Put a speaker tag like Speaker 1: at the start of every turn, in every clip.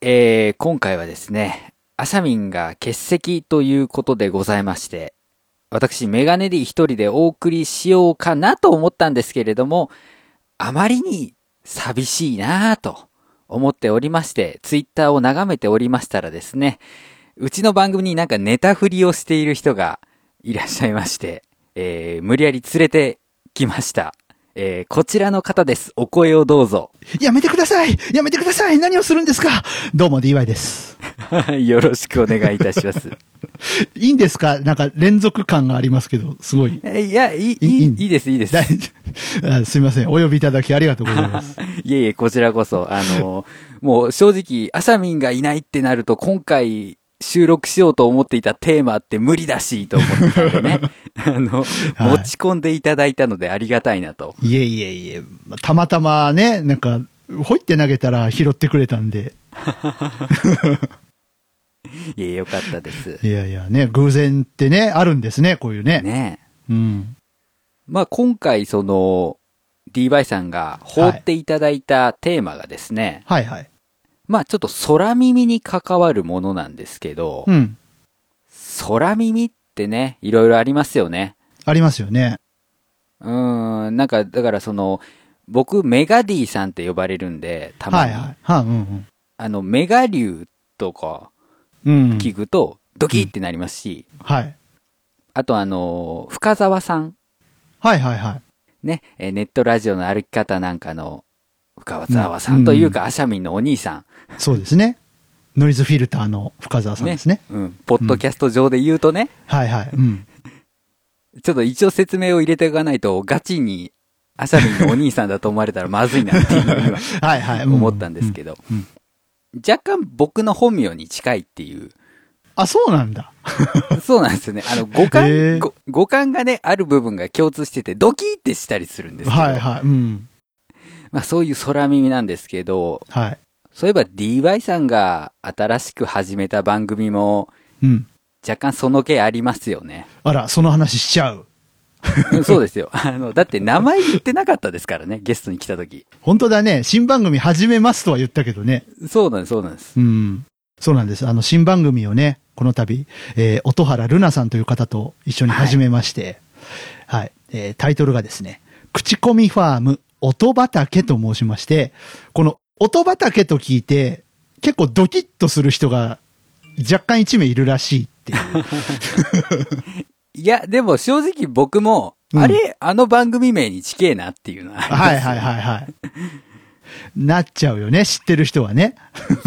Speaker 1: えー今回はですね、あさみんが欠席ということでございまして、私、メガネリー一人でお送りしようかなと思ったんですけれども、あまりに寂しいなぁと思っておりまして、ツイッターを眺めておりましたらですね、うちの番組になんかネタ振りをしている人がいらっしゃいまして、えー無理やり連れてきました。えーこちらの方です。お声をどうぞ。
Speaker 2: やめてくださいやめてください何をするんですかどうも DY です。
Speaker 1: はい よろしくお願いいたします。
Speaker 2: いいんですかなんか連続感がありますけど、すごい。
Speaker 1: えいや、いい、いい
Speaker 2: いい、
Speaker 1: いいです、いいです。
Speaker 2: 大あすいません。お呼びいただきありがとうございます。
Speaker 1: いえいえ、こちらこそ、あの、もう正直、あさみんがいないってなると、今回収録しようと思っていたテーマって無理だし、と思ってたんで ね。あの、
Speaker 2: はい
Speaker 1: 持ち込んでいただいたのでありがたいなと。
Speaker 2: いえいえいえ、たまたまね、なんか、ほいって投げたら拾ってくれたんで、
Speaker 1: いえ、よかったです。
Speaker 2: いやいやね、偶然ってね、あるんですね、こういうね。
Speaker 1: ねえ。
Speaker 2: うん。
Speaker 1: まあ、今回、その、DY さんが放っていただいたテーマがですね、
Speaker 2: はいはい。
Speaker 1: まあ、ちょっと空耳に関わるものなんですけど、
Speaker 2: うん。
Speaker 1: 空耳ってね、いろいろありますよね。
Speaker 2: ありますよね。
Speaker 1: うーん、なんか、だからその、僕、メガディさんって呼ばれるんで、たま
Speaker 2: はい
Speaker 1: に。
Speaker 2: はい。はんうん
Speaker 1: あの、メガ流とか
Speaker 2: うん。うん。
Speaker 1: 聞くと、ドキってなりますし、
Speaker 2: はい。
Speaker 1: あとあの、深澤さん、
Speaker 2: はいはいはい。
Speaker 1: ね、えーネットラジオの歩き方なんかの、深澤さんというか、アシャミンのお兄さ
Speaker 2: そうですね。ノイズフィルターの深澤
Speaker 1: ん。
Speaker 2: さんですね。
Speaker 1: うん。ポッドキャスト上で言うとね、
Speaker 2: はいはい。うん。
Speaker 1: ちょっと一応説明を入れていかないと、ガチに、アシャミンのお兄さんだと思われたらまずいなっていうのが
Speaker 2: はいはい。う
Speaker 1: 思ったんですけど、
Speaker 2: うんうん
Speaker 1: 若干僕の本名に近いっていう、
Speaker 2: あ、そうなんだ。
Speaker 1: そうなんですよね。あの、五感、
Speaker 2: へー
Speaker 1: ご五感がね、ある部分が共通してて、ドキーってしたりするんですけど、
Speaker 2: はいはい。うん。
Speaker 1: まあそういう空耳なんですけど、
Speaker 2: はい。
Speaker 1: そういえば DY さんが新しく始めた番組も、
Speaker 2: うん。
Speaker 1: 若干その気ありますよ ね。
Speaker 2: あら、その話しちゃう。
Speaker 1: うんそうですよ。あの、だって名前言ってなかったですからね、ゲストに来た時。
Speaker 2: 本当だね。新番組始めますとは言ったけどね。
Speaker 1: そうなんです、そうなんです。
Speaker 2: うん。そうなんです。あの、新番組をね、この度、えー、音原ルナさんという方と一緒に始めまして、はい、えータイトルがですね、口コミファーム、音畑と申しまして、この音畑と聞いて、結構ドキッとする人が若干1名いるらしいっていう。
Speaker 1: いや、でも正直僕も、
Speaker 2: うん
Speaker 1: あれ、あの番組名に近えなっていうのはあります。
Speaker 2: はいはいはいはい。なっちゃうよね、知ってる人はね。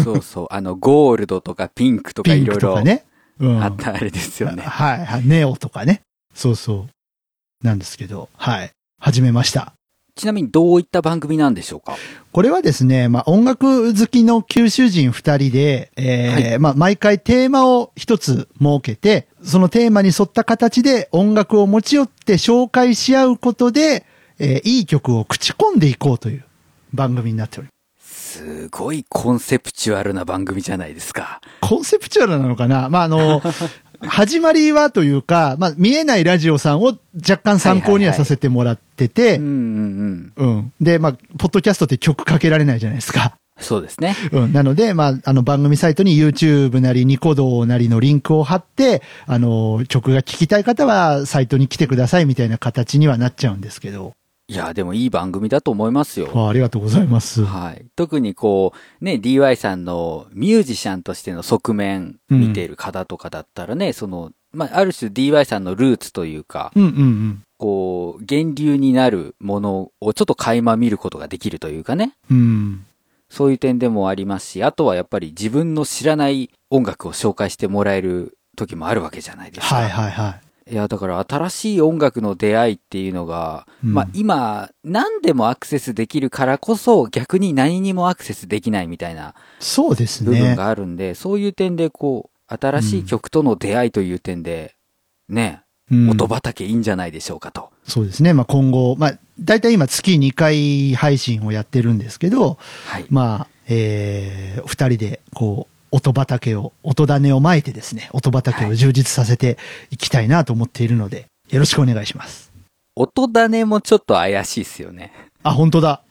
Speaker 1: そうそう。あの、ゴールドとかピンクとか
Speaker 2: ピ
Speaker 1: い
Speaker 2: ン
Speaker 1: ろい
Speaker 2: クと
Speaker 1: ろ
Speaker 2: かね。うん
Speaker 1: あったあれですよね。
Speaker 2: はいはい。ネオとかね。そうそう。なんですけど、はい。始めました。
Speaker 1: ちなみにどういった番組なんでしょうか
Speaker 2: これはですね、まあ、音楽好きの九州人二人で、えー
Speaker 1: は
Speaker 2: まあ、毎回テーマを一つ設けて、そのテーマに沿った形で音楽を持ち寄って紹介し合うことで、えーいい曲を口コンでいこうという番組になっております。
Speaker 1: すごいコンセプチュアルな番組じゃないですか。
Speaker 2: コンセプチュアルなのかなまあ、あ の、始まりはというか、まあ、見えないラジオさんを若干参考にはさせてもらってて、
Speaker 1: うんうんうん。
Speaker 2: うん。で、まあ、ポッドキャストって曲かけられないじゃないですか。
Speaker 1: そうですね。
Speaker 2: うん。なので、まあ、あの番組サイトに YouTube なりニコ動なりのリンクを貼って、あの、曲が聴きたい方はサイトに来てくださいみたいな形にはなっちゃうんですけど。
Speaker 1: いや、でもいい番組だと思いますよ。
Speaker 2: あありがとうございます。
Speaker 1: はい。特にこう、ね、DY さんのミュージシャンとしての側面
Speaker 2: うん
Speaker 1: 見ている方とかだったらね、その、まあ、ある種 DY さんのルーツというか、
Speaker 2: うんうんうん。
Speaker 1: こう、源流になるものをちょっと垣間見ることができるというかね。
Speaker 2: うん。
Speaker 1: そういう点でもありますし、あとはやっぱり自分の知らない音楽を紹介してもらえる時もあるわけじゃないですか。
Speaker 2: はいはいはい
Speaker 1: や、だから新しい音楽の出会いっていうのが、
Speaker 2: うん。
Speaker 1: まあ今、何でもアクセスできるからこそ、逆に何にもアクセスできないみたいない
Speaker 2: そうです
Speaker 1: 部分
Speaker 2: ね。
Speaker 1: があるんで、そういう点でこう、新しい曲との出会いという点で、ね、
Speaker 2: うん
Speaker 1: 音畑いいんじゃないでしょうかと。
Speaker 2: そうですね。まあ、今後、まあ、大体今月2回配信をやってるんですけど、
Speaker 1: はい。
Speaker 2: まあ、えー、二人で、こう、音畑を、音種をまいてですね、音畑を充実させていきたいなと思っているので、よろしくお願いします。
Speaker 1: 音種もちょっと怪しいですよね。
Speaker 2: あ、本当だ。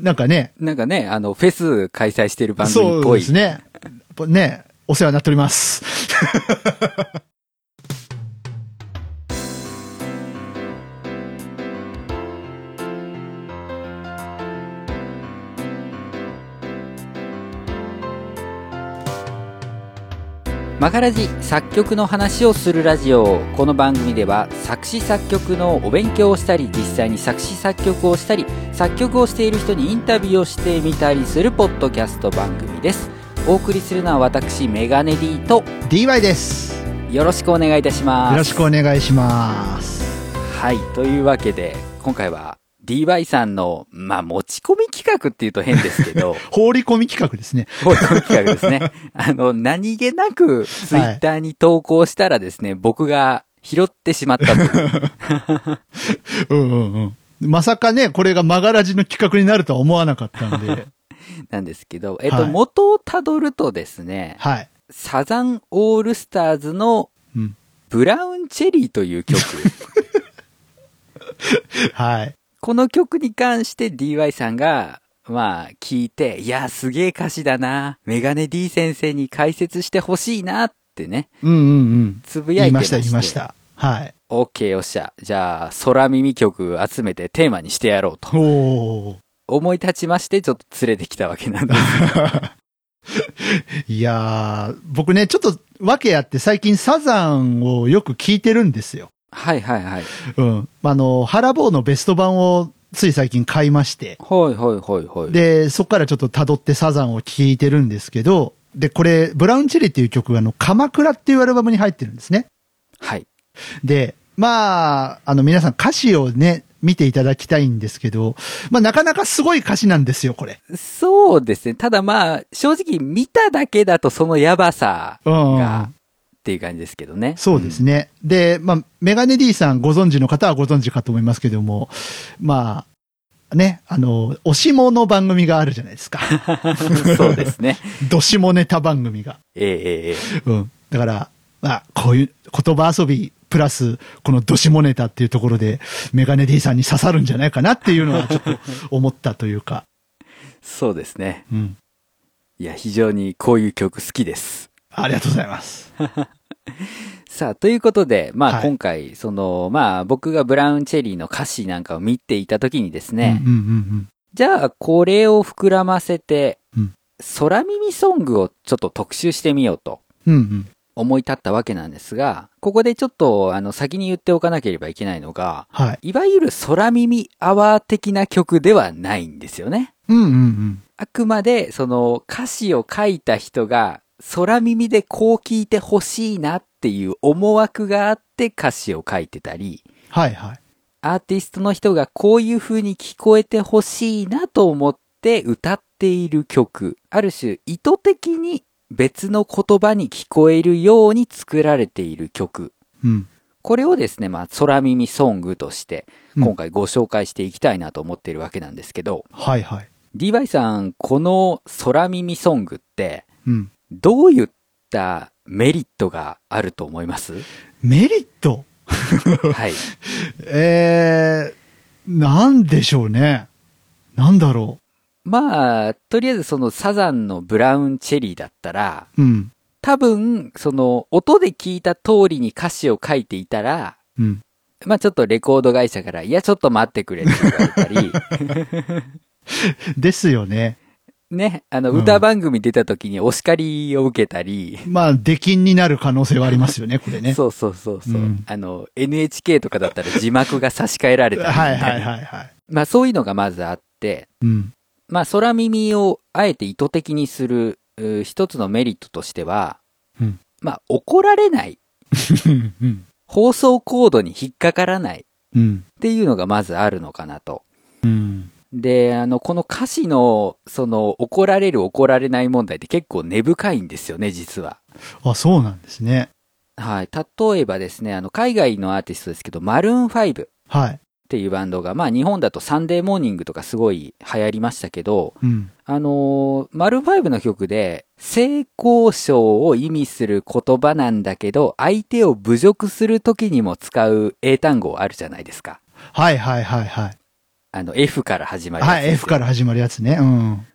Speaker 2: なんかね、
Speaker 1: なんかね、あの、フェス開催してる番組っ
Speaker 2: そう
Speaker 1: ぽ
Speaker 2: で
Speaker 1: い。
Speaker 2: すね。ね、お世話になっております。
Speaker 1: マガラジ作曲の話をするラジオこの番組では作詞作曲のお勉強をしたり実際に作詞作曲をしたり作曲をしている人にインタビューをしてみたりするポッドキャスト番組ですお送りするのは私メガネ D と
Speaker 2: DY です。
Speaker 1: よろしくお願いいたします
Speaker 2: よろしくお願いします。
Speaker 1: はいというわけで今回は DY さんのまあ持ち込み企画っていうと変ですけど
Speaker 2: 放り込み企画ですね。
Speaker 1: こういう企画ですね。 あの、何気なくツイッターに投稿したらですね、僕が拾ってしまったという。
Speaker 2: うんうんうん。まさかね、これがマガラジの企画になるとは思わなかったん で。
Speaker 1: なんですけど、えっと、
Speaker 2: はい
Speaker 1: 元をたどるとですね、
Speaker 2: はい。
Speaker 1: サザンオールスターズの
Speaker 2: うん。
Speaker 1: ブラウンチェリーという 曲。
Speaker 2: はい。
Speaker 1: この曲に関して DY さんが、まあ、聞いて、いや、すげえ歌詞だな。メガネ D 先生に解説してほしいなってね、
Speaker 2: うんうんうん。
Speaker 1: つぶやい
Speaker 2: 言い
Speaker 1: て
Speaker 2: ま
Speaker 1: ま
Speaker 2: し、
Speaker 1: したて
Speaker 2: 言いまし。た。はい。
Speaker 1: OK よっしゃ。じゃあ、空耳曲集めてテーマにしてやろうと。
Speaker 2: おお
Speaker 1: 思い立ちまして、ちょっと連れてきたわけなんです。
Speaker 2: ー。いやー、僕ね、ちょっと、訳あって最近サザンをよく聞いてるんですよ。
Speaker 1: はいはいはい。
Speaker 2: うん。あの、ハラボーのベスト版をつい最近買いまして。
Speaker 1: はいはいはいはい。
Speaker 2: で、そこからちょっと辿ってサザンを聴いてるんですけど、で、これ、ブラウンチェリーっていう曲があの、鎌倉っていうアルバムに入ってるんですね。
Speaker 1: はい。
Speaker 2: で、まあ、あの、皆さん歌詞をね、見ていただきたいんですけど、まあ、なかなかすごい歌詞なんですよ、これ。
Speaker 1: そうですね。ただまあ、正直見ただけだとそのやばさ
Speaker 2: うん
Speaker 1: が、っていう感じですけどね。
Speaker 2: そうですね。で、まあ、メガネ D さんご存知の方はご存知かと思いますけども、まあ、ね、あの、おしもの番組があるじゃない ですか。
Speaker 1: そうですね。
Speaker 2: どしもネタ番組が。
Speaker 1: えええええ
Speaker 2: うん。だから、まあ、こういう言葉遊び、プラス、このどしもネタっていうところで、メガネ D さんに刺さるんじゃないかなっていうのはちょっと思ったというか、
Speaker 1: えそうですね。
Speaker 2: うん。
Speaker 1: いや、非常にこういう曲好きです。
Speaker 2: ありがとうございます。
Speaker 1: さあ、ということで、ま
Speaker 2: は
Speaker 1: あ
Speaker 2: い
Speaker 1: 今回、その、まあ僕がブラウンチェリーの歌詞なんかを見ていたときにですね、
Speaker 2: うんうんうん
Speaker 1: じゃあ、これを膨らませて、
Speaker 2: うん
Speaker 1: 空耳ソングをちょっと特集してみようと
Speaker 2: うん。うんうん。
Speaker 1: 思い立ったわけなんですが、ここでちょっと、あの、先に言っておかなければいけないのが、
Speaker 2: はい。
Speaker 1: いわゆる空耳アワー的な曲ではないんですよね。
Speaker 2: うんうんうん。
Speaker 1: あくまで、その、歌詞を書いた人が、空耳でこう聞いてほしいなっていう思惑があって歌詞を書いてたり、
Speaker 2: はいはい。
Speaker 1: アーティストの人がこういう風に聞こえてほしいなと思って歌っている曲。ある種意図的に別の言葉に聞こえるように作られている曲。
Speaker 2: うん。
Speaker 1: これをですね、まあ、空耳ソングとして
Speaker 2: うん
Speaker 1: 今回ご紹介していきたいなと思っているわけなんですけど、
Speaker 2: はいはい。
Speaker 1: DY さん、この空耳ソングって
Speaker 2: うん。
Speaker 1: どういったメリットがあると思います
Speaker 2: メリット
Speaker 1: はい。
Speaker 2: えー、なんでしょうね。なんだろ
Speaker 1: まあ、とりあえずそのサザンのブラウンチェリーだったら、
Speaker 2: う。うん。
Speaker 1: 多分、その、音で聞いた通りに歌詞を書いていたら、
Speaker 2: うん。
Speaker 1: まあちょっとレコード会社から、いや、ちょっと待ってくれって言われ たり、
Speaker 2: ですよね。
Speaker 1: ね、あの、
Speaker 2: うん
Speaker 1: 歌番組出た時にお叱りを受けたり、
Speaker 2: まあ、出禁になる可能性はありますよね、これ ね。
Speaker 1: そうそうそうそう、
Speaker 2: うん
Speaker 1: あの、NHK とかだったら字幕が差し替えられたりみた
Speaker 2: はいい
Speaker 1: な、
Speaker 2: はいはいはい。
Speaker 1: まあそういうのがまずあって、
Speaker 2: うん。
Speaker 1: まあ空耳をあえて意図的にする、う一つのメリットとしては、
Speaker 2: うん
Speaker 1: まあ怒られない、
Speaker 2: うん。
Speaker 1: 放送コードに引っかからないっ
Speaker 2: うん。
Speaker 1: ていうのがまずあるのかなと。
Speaker 2: うん。
Speaker 1: で、あの、この歌詞の、その、怒られる怒られない問題って結構根深いんですよね、実は。
Speaker 2: あ、そうなんですね。
Speaker 1: はい。例えばですね、あの、海外のアーティストですけど、マルーン5っ
Speaker 2: はい。
Speaker 1: ていうバンドが、まあ、日本だとサンデーモーニングとかすごい流行りましたけど、
Speaker 2: うん。
Speaker 1: あのーマルーン5の曲で、性交渉を意味する言葉なんだけど、相手を侮辱する時にも使う英単語あるじゃないですか。
Speaker 2: はいはいはいはい。
Speaker 1: あの、F から始まるやつ
Speaker 2: はい、F から始まるやつね。うん。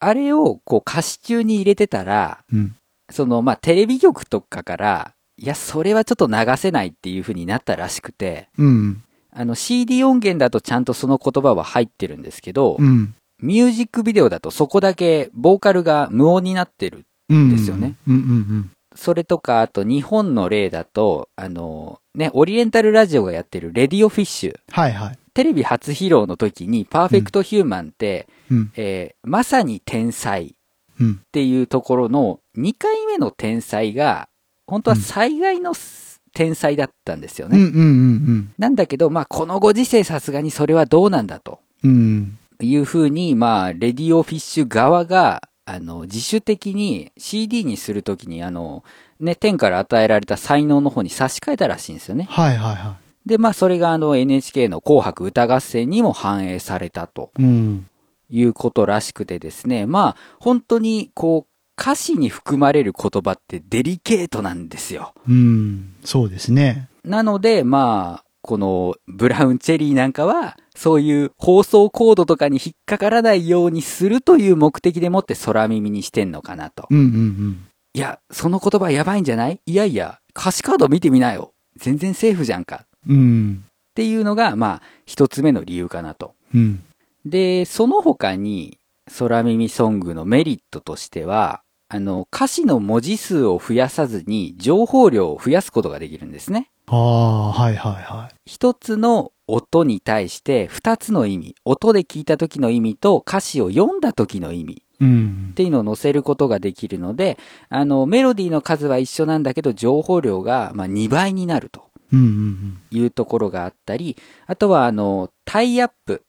Speaker 1: あれを、こう、歌詞中に入れてたら、
Speaker 2: うん。
Speaker 1: その、まあ、テレビ局とかから、いや、それはちょっと流せないっていう風になったらしくて、
Speaker 2: うん。
Speaker 1: あの、CD 音源だとちゃんとその言葉は入ってるんですけど、
Speaker 2: うん。
Speaker 1: ミュージックビデオだとそこだけボーカルが無音になってる。
Speaker 2: うん。
Speaker 1: ですよね。
Speaker 2: うんうん
Speaker 1: それとか、あと日本の例だと、あの、ね、オリエンタルラジオがやってるレディオフィッシュ。
Speaker 2: うん。はいはい。
Speaker 1: テレビ初披露の時にパーフェクトヒューマンって、
Speaker 2: うん。
Speaker 1: えーまさに天才
Speaker 2: うん
Speaker 1: っ。ていうところの2回目の天才が、本当は災害のす天才だったんですよ
Speaker 2: う
Speaker 1: ね。
Speaker 2: んうんうん
Speaker 1: なんだけど、まあ、このご時世さすがにそれはどうなんだと
Speaker 2: うん。うん。
Speaker 1: いうふうに、まあ、レディオフィッシュ側が、あの、自主的に CD にするときに、あの、ね、天から与えられた才能の方に差し替えたらしいんですよね。
Speaker 2: はいはいは
Speaker 1: で、まあ、それがあの NHK の紅白歌合戦にも反映されたと。
Speaker 2: い。うん。
Speaker 1: いうことらしくてですね。まあ、本当に、こう、歌詞に含まれる言葉ってデリケートなんですよ。
Speaker 2: うん。そうですね。
Speaker 1: なので、まあ、このブラウンチェリーなんかは、そういう放送コードとかに引っかからないようにするという目的でもって空耳にしてんのかなと。
Speaker 2: うんうん
Speaker 1: いや、その言葉やばいんじゃないいやいや、歌詞カード見てみなよ。全然セーフじゃんか。っ
Speaker 2: うん。うん。
Speaker 1: ていうのが、まあ、一つ目の理由かなと。
Speaker 2: うん。
Speaker 1: で、その他に、空耳ソングのメリットとしては、あの、歌詞の文字数を増やさずに、情報量を増やすことができるんですね。
Speaker 2: ああ、はいはいは
Speaker 1: 一つの音に対して、二つの意味、音で聞いた時の意味と、歌詞を読んだ時の意味
Speaker 2: い。うん
Speaker 1: っ。ていうのを載せることができるので、あの、メロディーの数は一緒なんだけど、情報量が、まあ、2倍になると。
Speaker 2: うんうん
Speaker 1: いうところがあったり、あとはあの、タイアップ、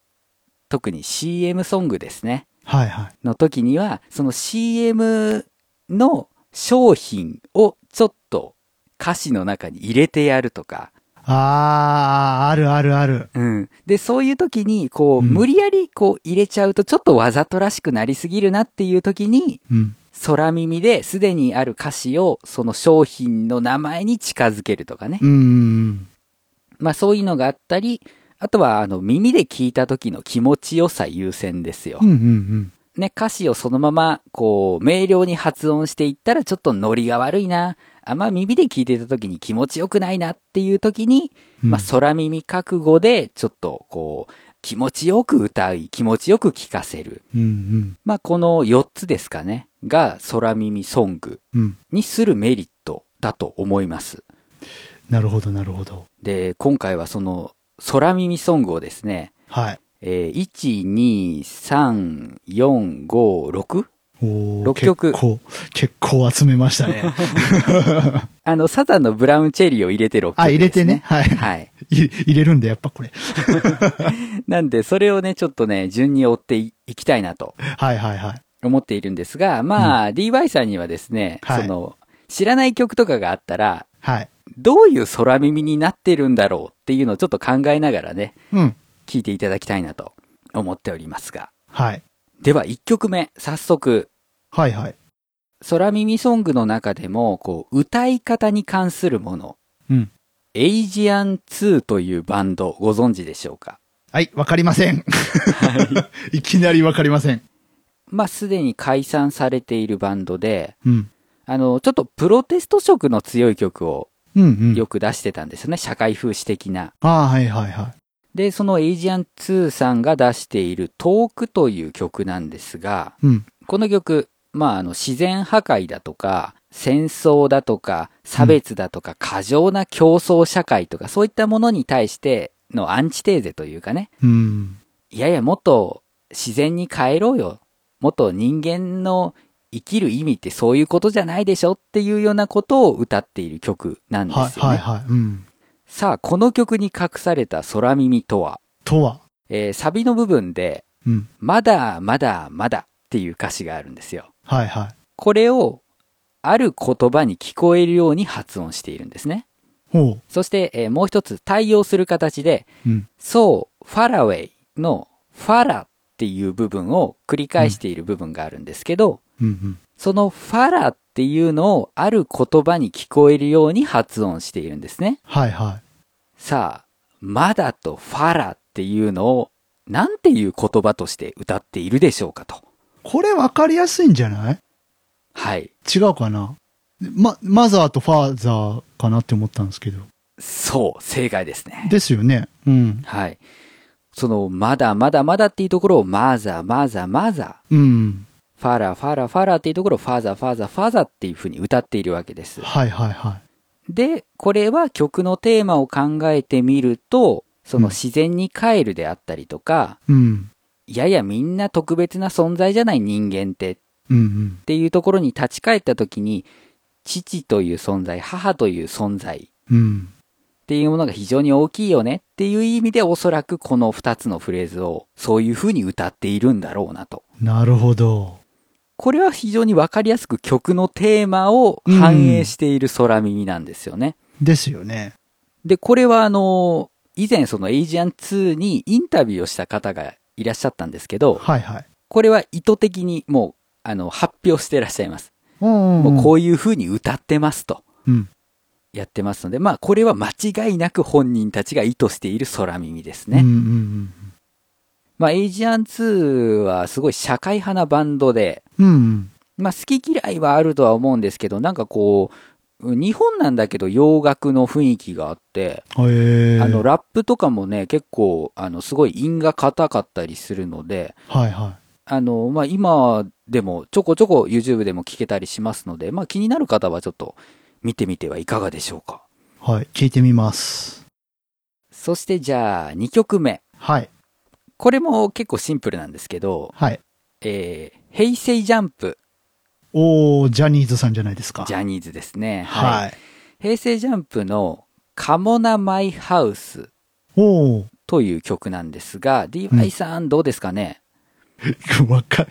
Speaker 1: 特に CM ソングですね。
Speaker 2: うん。はいはい。
Speaker 1: の時には、その CM の商品をちょっと歌詞の中に入れてやるとか、
Speaker 2: ああ、あるあるある。
Speaker 1: うん。で、そういう時に、こう、
Speaker 2: うん
Speaker 1: 無理やりこう入れちゃうとちょっとわざとらしくなりすぎるなっていう時に、
Speaker 2: うん。
Speaker 1: 空耳ですでにある歌詞をその商品の名前に近づけるとかね。
Speaker 2: うんうん
Speaker 1: まあそういうのがあったり、あとはあの耳で聞いた時の気持ちよさ優先ですよ。
Speaker 2: うん。うんうん
Speaker 1: ね、歌詞をそのまま、こう、明瞭に発音していったら、ちょっとノリが悪いな。あんま耳で聞いてた時に気持ちよくないなっていう時に、
Speaker 2: うん。
Speaker 1: まあ、空耳覚悟で、ちょっと、こう、気持ちよく歌い、気持ちよく聞かせる。
Speaker 2: うんうん
Speaker 1: まあ、この4つですかね、が空耳ソング
Speaker 2: うん。
Speaker 1: にするメリットだと思います。
Speaker 2: なるほどなるほど。
Speaker 1: で、今回はその空耳ソングをですね、
Speaker 2: はい。
Speaker 1: えー、1、2、3、4、5、6?
Speaker 2: おー
Speaker 1: 六曲
Speaker 2: 結構、結構集めまし たね。
Speaker 1: あの、サザンのブラウンチェリーを入れて6曲です、
Speaker 2: あ、入れてね。。はい。
Speaker 1: はい。
Speaker 2: い 入れるんだ、やっぱこれ。
Speaker 1: なんで、それをね、ちょっとね、順に追っていきたいなと
Speaker 2: はいはいはい。
Speaker 1: 思っているんですが、まあ、DY さんにはですね、
Speaker 2: はい
Speaker 1: その、知らない曲とかがあったら、
Speaker 2: はい。
Speaker 1: どういう空耳になってるんだろうっていうのをちょっと考えながらね、
Speaker 2: うん。
Speaker 1: 聞いていただきたいなと思っておりますが。
Speaker 2: はい。
Speaker 1: では、1曲目、早速、
Speaker 2: はいはい。
Speaker 1: 空耳ソングの中でも、こう、歌い方に関するもの、
Speaker 2: うん。
Speaker 1: エイジアン2というバンド、ご存知でしょうか
Speaker 2: はい、わかりません。 いきなりわかりません。
Speaker 1: まあ、すでに解散されているバンドで、
Speaker 2: うん。
Speaker 1: あの、ちょっとプロテスト色の強い曲を
Speaker 2: うんうん。
Speaker 1: よく出してたんですよね。社会風刺的な。
Speaker 2: ああ、はいはいはい。
Speaker 1: で、そのエイジアン2さんが出しているトークという曲なんですが、
Speaker 2: うん。
Speaker 1: この曲、まあ、あの、自然破壊だとか、戦争だとか、差別だとか、過剰な競争社会とか、そういったものに対してのアンチテーゼというかね、
Speaker 2: うん。
Speaker 1: いやいや、もっと自然に帰ろうよ。もっと人間の生きる意味ってそういうことじゃないでしょっていうようなことを歌っている曲なんですよ
Speaker 2: はい
Speaker 1: ね。
Speaker 2: はいはい。うん。
Speaker 1: さあ、この曲に隠された空耳とは、
Speaker 2: とは。
Speaker 1: えーサビの部分で、
Speaker 2: うん。
Speaker 1: まだまだまだっていう歌詞があるんですよ。
Speaker 2: はいは
Speaker 1: これを、ある言葉に聞こえるように発音しているんですね。
Speaker 2: い。ほう。
Speaker 1: そして、えーもう一つ対応する形で、
Speaker 2: うん。
Speaker 1: そう、ファラウェイのファラっていう部分を繰り返している部分があるんですけど、
Speaker 2: うんうん。
Speaker 1: そのファラっていうのをある言葉に聞こえるように発音しているんですね。
Speaker 2: はいは
Speaker 1: さあ、まだとファラっていうのをなんていう言葉として歌っているでしょうかと。
Speaker 2: これわかりやすいんじゃない
Speaker 1: はい。
Speaker 2: 違うかなま、マザーとファーザーかなって思ったんですけど。
Speaker 1: そう、正解ですね。
Speaker 2: ですよね。うん。
Speaker 1: はい。その、まだまだまだっていうところを、マザー、マザー、マザー。
Speaker 2: うん。
Speaker 1: ファラ、ファラ、ファラっていうところを、ファザー、ファザー、ファザーっていう風に歌っているわけです。
Speaker 2: はいはいは
Speaker 1: で、これは曲のテーマを考えてみると、その自然に帰るであったりとか、
Speaker 2: い。うん。
Speaker 1: いやいやみんな特別な存在じゃない人間ってっ
Speaker 2: うんうん。
Speaker 1: ていうところに立ち返った時に、父という存在、母という存在
Speaker 2: うん。
Speaker 1: っていうものが非常に大きいよねっていう意味でおそらくこの二つのフレーズをそういう風に歌っているんだろうなと。
Speaker 2: なるほど。
Speaker 1: これは非常にわかりやすく曲のテーマを反映している空耳なんですよね。
Speaker 2: ですよね。
Speaker 1: で、これはあの、以前そのエイジアン2にインタビューをした方がいらっしゃったんですけど、
Speaker 2: はいはい。
Speaker 1: これは意図的にもう、あの、発表していらっしゃいます。
Speaker 2: うん
Speaker 1: もうこういう風に歌ってますと。
Speaker 2: うん。
Speaker 1: やってますので、まあこれは間違いなく本人たちが意図している空耳ですね。
Speaker 2: うんうんうん。
Speaker 1: まあエイジアン2はすごい社会派なバンドで、
Speaker 2: うんうん。
Speaker 1: まあ好き嫌いはあるとは思うんですけど、なんかこう、日本なんだけど洋楽の雰囲気があって、
Speaker 2: へえ。
Speaker 1: あの、ラップとかもね、結構、あの、すごい韻が硬かったりするので、
Speaker 2: はいは
Speaker 1: あの、まあ、今でも、ちょこちょこ YouTube でも聞けたりしますので、まあ、気になる方はちょっと見てみてはいかがでしょうか。
Speaker 2: い。はい。聞いてみます。
Speaker 1: そしてじゃあ、2曲目。
Speaker 2: はい。
Speaker 1: これも結構シンプルなんですけど、
Speaker 2: はい。
Speaker 1: えー、平成ジャンプ、
Speaker 2: おー、ジャニーズさんじゃないですか。
Speaker 1: ジャニーズですね。。
Speaker 2: はいい。
Speaker 1: 平成ジャンプの、カモナマイハウス
Speaker 2: おー。
Speaker 1: という曲なんですが、DY さんどうですかね、
Speaker 2: わか、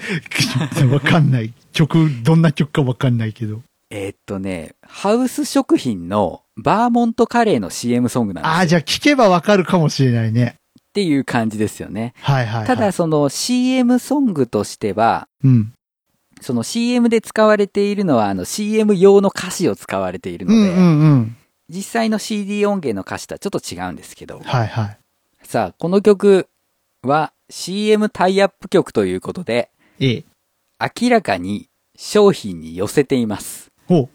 Speaker 2: わかんない。曲、どんな曲かわかんないけど。
Speaker 1: えーっとね、ハウス食品のバーモントカレーの CM ソングなんです
Speaker 2: ああ、じゃあ聞けばわかるかもしれないね。
Speaker 1: っていう感じですよね。
Speaker 2: はいはい、はい。
Speaker 1: ただ、その CM ソングとしては、
Speaker 2: うん。
Speaker 1: その CM で使われているのはあの CM 用の歌詞を使われているの
Speaker 2: う
Speaker 1: で、
Speaker 2: んうんうん。
Speaker 1: 実際の CD 音源の歌詞とはちょっと違うんですけど、
Speaker 2: はいはい。
Speaker 1: さあ、この曲は CM タイアップ曲ということで、
Speaker 2: ええ。
Speaker 1: 明らかに商品に寄せています。
Speaker 2: おう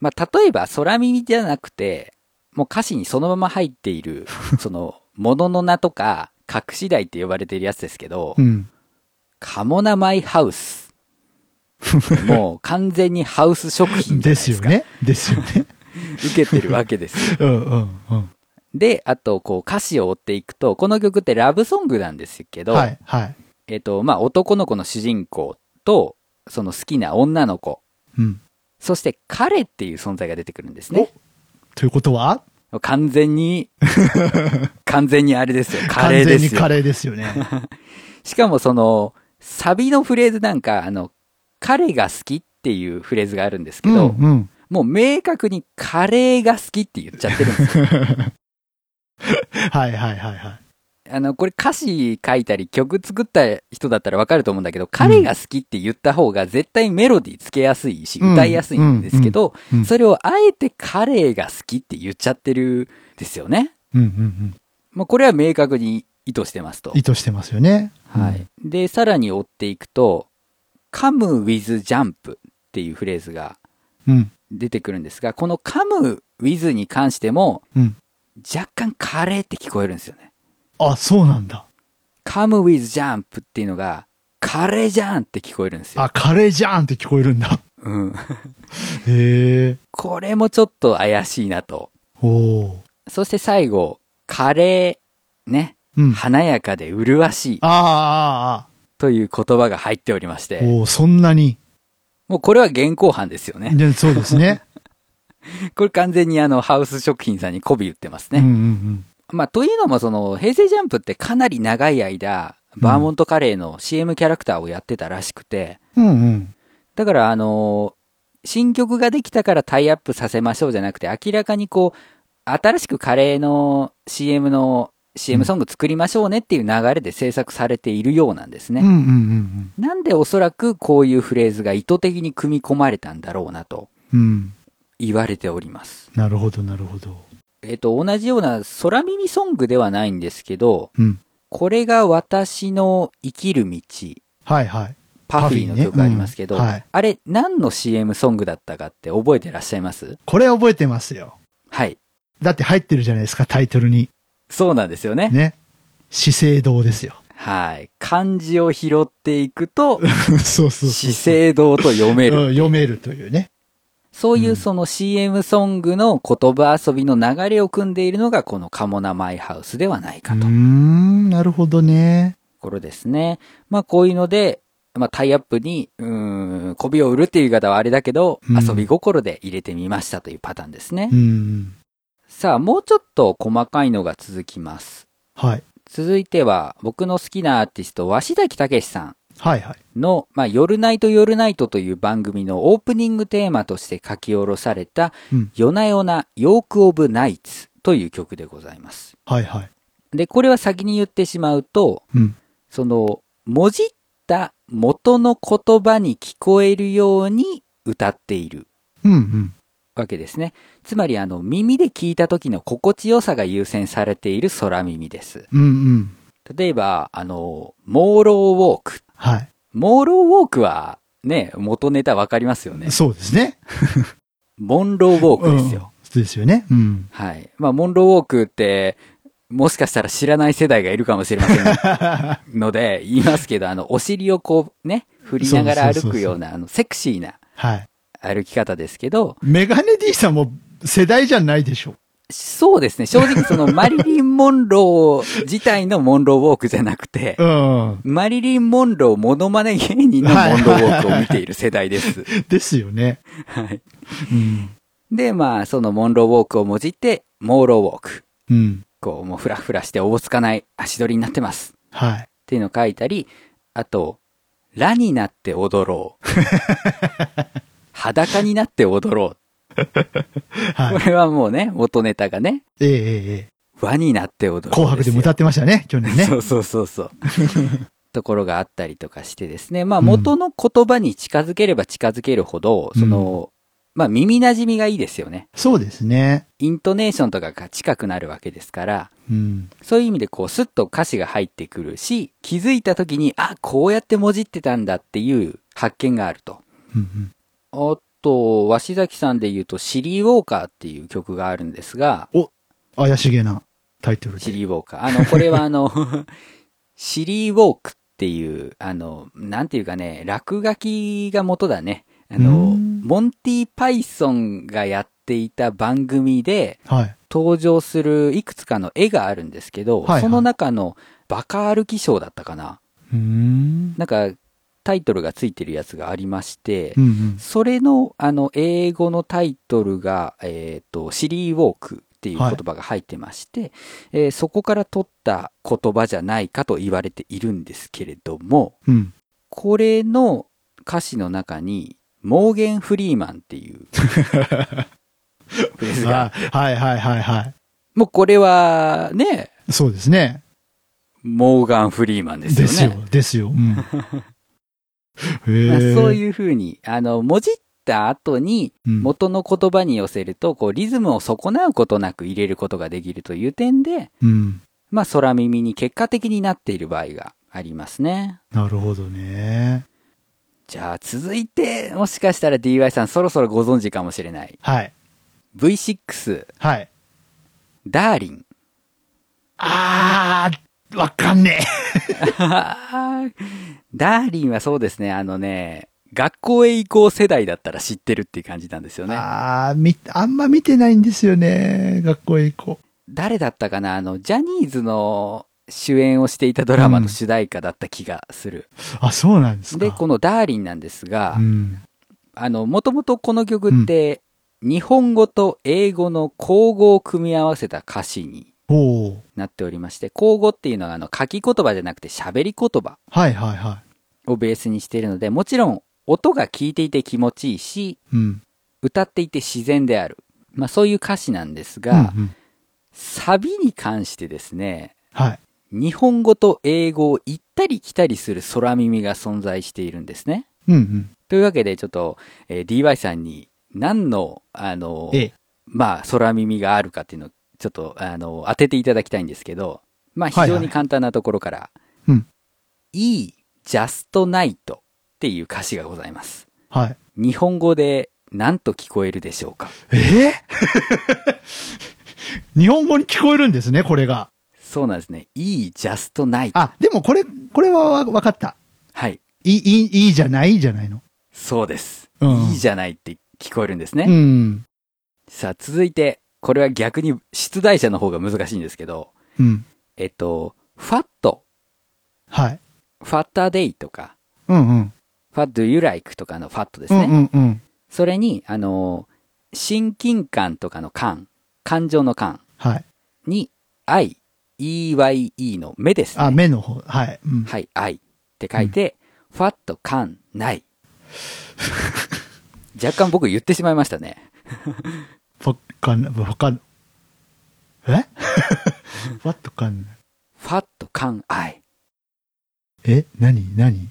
Speaker 1: まあ、例えば空耳じゃなくて、もう歌詞にそのまま入ってい る、その、ものの名とか、隠し台って呼ばれてるやつですけど、
Speaker 2: うん。
Speaker 1: カモナマイハウ ス。もう完全にハウス食品じゃ
Speaker 2: で
Speaker 1: ない
Speaker 2: す
Speaker 1: で
Speaker 2: よ
Speaker 1: すか。
Speaker 2: ね。ですよ ね。
Speaker 1: 受けてるわけですよ。
Speaker 2: うんうんうん。
Speaker 1: で、あと、こう、歌詞を追っていくと、この曲ってラブソングなんですけど、
Speaker 2: はいはい。
Speaker 1: えっ、と、まあ、男の子の主人公と、その好きな女の子、
Speaker 2: うん。
Speaker 1: そして彼っていう存在が出てくるんですね。
Speaker 2: ということは
Speaker 1: 完全 に、完全にあれですよ。カレー
Speaker 2: 完
Speaker 1: で
Speaker 2: 全に
Speaker 1: す
Speaker 2: カ
Speaker 1: よ。
Speaker 2: レーですよね。
Speaker 1: しかもその、サビのフレーズなんか、あの、彼が好きっていうフレーズがあるんです け
Speaker 2: うん
Speaker 1: ど、
Speaker 2: うん。
Speaker 1: もう明確にカレーが好きって言っちゃってるん ですよ。
Speaker 2: はいはいはいはい。
Speaker 1: あの、これ歌詞書いたり曲作った人だったらわかると思うんだけど、彼が好きって言った方が絶対メロディーつけやすいし、
Speaker 2: うん
Speaker 1: 歌いやすいんですけど、
Speaker 2: うんうん
Speaker 1: それをあえてカレーが好きって言っちゃってるんですよね。
Speaker 2: うんうんうん。
Speaker 1: まあ、これは明確に意図してますと。
Speaker 2: 意図してますよね。
Speaker 1: はい。。で、さらに追っていくと、come with jump っていうフレーズが
Speaker 2: うん
Speaker 1: 出てくるんですが、この come with に関しても、
Speaker 2: うん。
Speaker 1: 若干カレーって聞こえるんですよね。
Speaker 2: あ、そうなんだ。
Speaker 1: come with jump っていうのが、カレーじゃんって聞こえるんですよ。
Speaker 2: あ、カレーじゃんって聞こえるんだ。
Speaker 1: うん。
Speaker 2: へえ。
Speaker 1: これもちょっと怪しいなと。
Speaker 2: おー。
Speaker 1: そして最後、カレー、ね。
Speaker 2: うん。あ
Speaker 1: 華やかで麗しい
Speaker 2: あ、あ
Speaker 1: という言葉が入っておりまし
Speaker 2: あ、ああ。
Speaker 1: て、
Speaker 2: おー、そんなに。
Speaker 1: もうこれは現行犯ですよね。
Speaker 2: でそうですね。
Speaker 1: これ完全にあの、ハウス食品さんに媚び売ってます
Speaker 2: う
Speaker 1: ね。
Speaker 2: んうんうん。
Speaker 1: まあ、というのも、その、平成ジャンプってかなり長い間、バーモントカレーの CM キャラクターをやってたらしくて、
Speaker 2: うんうん。
Speaker 1: だから、あのー新曲ができたからタイアップさせましょうじゃなくて、明らかにこう、新しくカレーの CM の、CM ソング作りましょうねっていう流れで制作されているようなんです
Speaker 2: うんう
Speaker 1: ね。
Speaker 2: んうん
Speaker 1: なんでおそらくこういうフレーズが意図的に組み込まれたんだろうなと
Speaker 2: うん。うん。
Speaker 1: 言われております。
Speaker 2: なるほど、なるほど。
Speaker 1: えっと、同じような空耳ソングではないんですけど、
Speaker 2: うん。
Speaker 1: これが私の生きる道、
Speaker 2: はいはい。
Speaker 1: パフィーの曲ありますけど、
Speaker 2: パフィーねうんはい
Speaker 1: あれ何の CM ソングだったかって覚えてらっしゃいます
Speaker 2: これ覚えてますよ。
Speaker 1: はい。
Speaker 2: だって入ってるじゃないですか、タイトルに。
Speaker 1: そうなんですよね。
Speaker 2: ね。資生堂ですよ。
Speaker 1: はい。漢字を拾っていくと、
Speaker 2: そうそうそう。
Speaker 1: 資生堂と読め
Speaker 2: う
Speaker 1: る。
Speaker 2: ん読めるというね。
Speaker 1: そういううんその CM ソングの言葉遊びの流れを組んでいるのがこのカモナマイハウスではないう
Speaker 2: ー
Speaker 1: かと。
Speaker 2: ん、なるほどね。
Speaker 1: ところですね。まあこういうので、まあタイアップに、うーん、媚びを売るっていう言い方はあれだけど、
Speaker 2: うん
Speaker 1: 遊び心で入れてみましたというパターンですね。
Speaker 2: うん。
Speaker 1: さあ、もうちょっと細かいのが続きます。
Speaker 2: はい。
Speaker 1: 続いては、僕の好きなアーティスト、鷲崎武さん
Speaker 2: はいはい。
Speaker 1: の、まあ、夜ナイト夜ナイトという番組のオープニングテーマとして書き下ろされた、
Speaker 2: うん
Speaker 1: 夜な夜なヨークオブナイツという曲でございます。
Speaker 2: はいはい。
Speaker 1: で、これは先に言ってしまうと、
Speaker 2: うん。
Speaker 1: その、もじった元の言葉に聞こえるように歌っている
Speaker 2: うんうん。
Speaker 1: わけですね。つまり、あの、耳で聞いた時の心地よさが優先されている空耳です。
Speaker 2: うんうん。
Speaker 1: 例えば、あの、モーローウォーク。
Speaker 2: は
Speaker 1: モーローウォークは、ね、元ネタわかりますよね
Speaker 2: い。。そうですね。
Speaker 1: モンローウォークですよ。
Speaker 2: うん。ですよね。うん。
Speaker 1: はい。まあ、モンローウォークって、もしかしたら知らない世代がいるかもしれませんので、言いますけど、あの、お尻をこうね、振りながら歩くような、あの、セクシーな
Speaker 2: はい。
Speaker 1: 歩き方ですけど、
Speaker 2: メガネ D さんも世代じゃないでしょ。
Speaker 1: そうですね、正直そのマリリン・モンロー自体のモンローウォークじゃなくて
Speaker 2: う、ん。
Speaker 1: マリリン・モンローモノマネ芸人のモンローウォークを見ている世代です。
Speaker 2: ですよね。
Speaker 1: はい。
Speaker 2: うん。
Speaker 1: で、まあ、そのモンローウォークをもじって、モーローウォーク。
Speaker 2: うん。
Speaker 1: こう、もうフラフラしておぼつかない足取りになってます。っ
Speaker 2: はい。
Speaker 1: ていうのを書いたり、あと、ラになって踊ろう。 裸になって踊ろう。
Speaker 2: は
Speaker 1: こ
Speaker 2: い。
Speaker 1: れはもうね、元ネタがね、
Speaker 2: ええええええ
Speaker 1: 輪になって踊る。
Speaker 2: 紅白でも歌
Speaker 1: っ
Speaker 2: ってましたね、去年ね。
Speaker 1: そうそうそうそう。ところがあったりとかしてですね。まあ元の言葉に近づければ近づけるほど、その、まあ耳馴染みがいいですよね。
Speaker 2: そうですね。
Speaker 1: イントネーションとかが近くなるわけですから、
Speaker 2: うん。
Speaker 1: そういう意味でこうスッと歌詞が入ってくるし、気づいた時に、あ、こうやってもじってたんだっていう発見があると。
Speaker 2: うんうん。
Speaker 1: あと、鷲崎さんで言うと、シリー・ウォーカーっていう曲があるんですが、
Speaker 2: 怪しげなタイトル
Speaker 1: シ
Speaker 2: で。
Speaker 1: リーウォーカー。あの、これはあの、 シリーウォークっていう、あの、なんていうかね、落書きが元だね。あの、
Speaker 2: うん
Speaker 1: モンティ・パイソンがやっていた番組で
Speaker 2: はい。
Speaker 1: 登場するいくつかの絵があるんですけど、
Speaker 2: はいはい
Speaker 1: その中のバカ歩きショーだったかな。
Speaker 2: うーん。
Speaker 1: なんか、タイトルがついてるやつがありまして、
Speaker 2: うんうん。
Speaker 1: それの、あの、英語のタイトルが、えっ、と、シリーウォークっていう言葉が入ってまして、えーそこから取った言葉じゃないかと言われているんですけれども、
Speaker 2: うん。
Speaker 1: これの歌詞の中に、モーゲン・フリーマンって いう、フレーズが、
Speaker 2: あはいはいはいは
Speaker 1: もうこれは、ね、
Speaker 2: い。そうですね。
Speaker 1: モーガン・フリーマンですよね。
Speaker 2: ですよ。ですよ。 うん。へ
Speaker 1: まあ
Speaker 2: え。
Speaker 1: そう
Speaker 2: う。
Speaker 1: いうふうに、あの、文字った後に、
Speaker 2: うん、
Speaker 1: 元の言葉に寄せると、こう、リズムを損なうことなく入れることができるという点で、
Speaker 2: うん。
Speaker 1: まあ、空耳に結果的になっている場合がありますね。
Speaker 2: なるほどね。
Speaker 1: じゃあ、続いて、もしかしたら DY さんそろそろご存知かもしれない。
Speaker 2: はい。
Speaker 1: V6、
Speaker 2: はい。
Speaker 1: ダーリン。
Speaker 2: あー、わかんねえ。
Speaker 1: ダーリンはそうですね、あのね、学校へ行こう世代だったら知ってるっていう感じなんですよね。
Speaker 2: あー、み、あんま見てないんですよね。学校へ行こ
Speaker 1: 誰だったかなあの、ジャニーズの主演をしていたドラマの主題歌だった気がする。
Speaker 2: う。あ、そうなんですか。
Speaker 1: で、このダーリンなんですが、
Speaker 2: うん。
Speaker 1: あの、もともとこの曲って、日本語と英語の口語を組み合わせた歌詞に
Speaker 2: おー。
Speaker 1: なっておりまして、口語っていうのはあの書き言葉じゃなくて喋り言葉
Speaker 2: はいはいは
Speaker 1: をベースにしているので、もちろん音が聞いていて気持ちいいし、
Speaker 2: い。うん。
Speaker 1: 歌っていて自然である。まあそういう歌詞なんですが、
Speaker 2: うんうん、
Speaker 1: サビに関してですね、
Speaker 2: はい。
Speaker 1: 日本語と英語を行ったり来たりする空耳が存在しているんですね。
Speaker 2: うんうん。
Speaker 1: というわけで、ちょっと、えー DY さんに何の、あの、
Speaker 2: ええ
Speaker 1: まあ、空耳があるかっていうのを、ちょっと、あの、当てていただきたいんですけど、まあ、
Speaker 2: はいは
Speaker 1: 非常
Speaker 2: い
Speaker 1: に簡単なところから、
Speaker 2: うん。
Speaker 1: いい、ジャストナイトっていう歌詞がございます。
Speaker 2: はい。
Speaker 1: 日本語で何と聞こえるでしょうか
Speaker 2: え ー日本語に聞こえるんですね、これが。
Speaker 1: そうなんですね。いい、ジャストナイト。
Speaker 2: あ、でもこれ、これはわわかった。
Speaker 1: はい。
Speaker 2: いい、いいいいじゃないじゃないの。
Speaker 1: そうです。
Speaker 2: うん
Speaker 1: いいじゃないって聞こえるんですね。
Speaker 2: うん。
Speaker 1: さあ、続いて、これは逆に出題者の方が難しいんですけど、
Speaker 2: うん。
Speaker 1: えっと、ファット、
Speaker 2: はい。
Speaker 1: ファッターデイとか、
Speaker 2: うんうん。
Speaker 1: ファッドユライクとかのファットです
Speaker 2: う
Speaker 1: ね。
Speaker 2: んうんうん。
Speaker 1: それに、あの、親近感とかの感、感情の感
Speaker 2: はい。
Speaker 1: に、愛、EYE の目ですね。
Speaker 2: あ、目の方。はい。うん。
Speaker 1: はい、愛って書いて、ファット感ない。 若干僕言ってしまいましたね。
Speaker 2: わかんない。わかんない。え わっとかんない。
Speaker 1: ファット感愛。
Speaker 2: え何何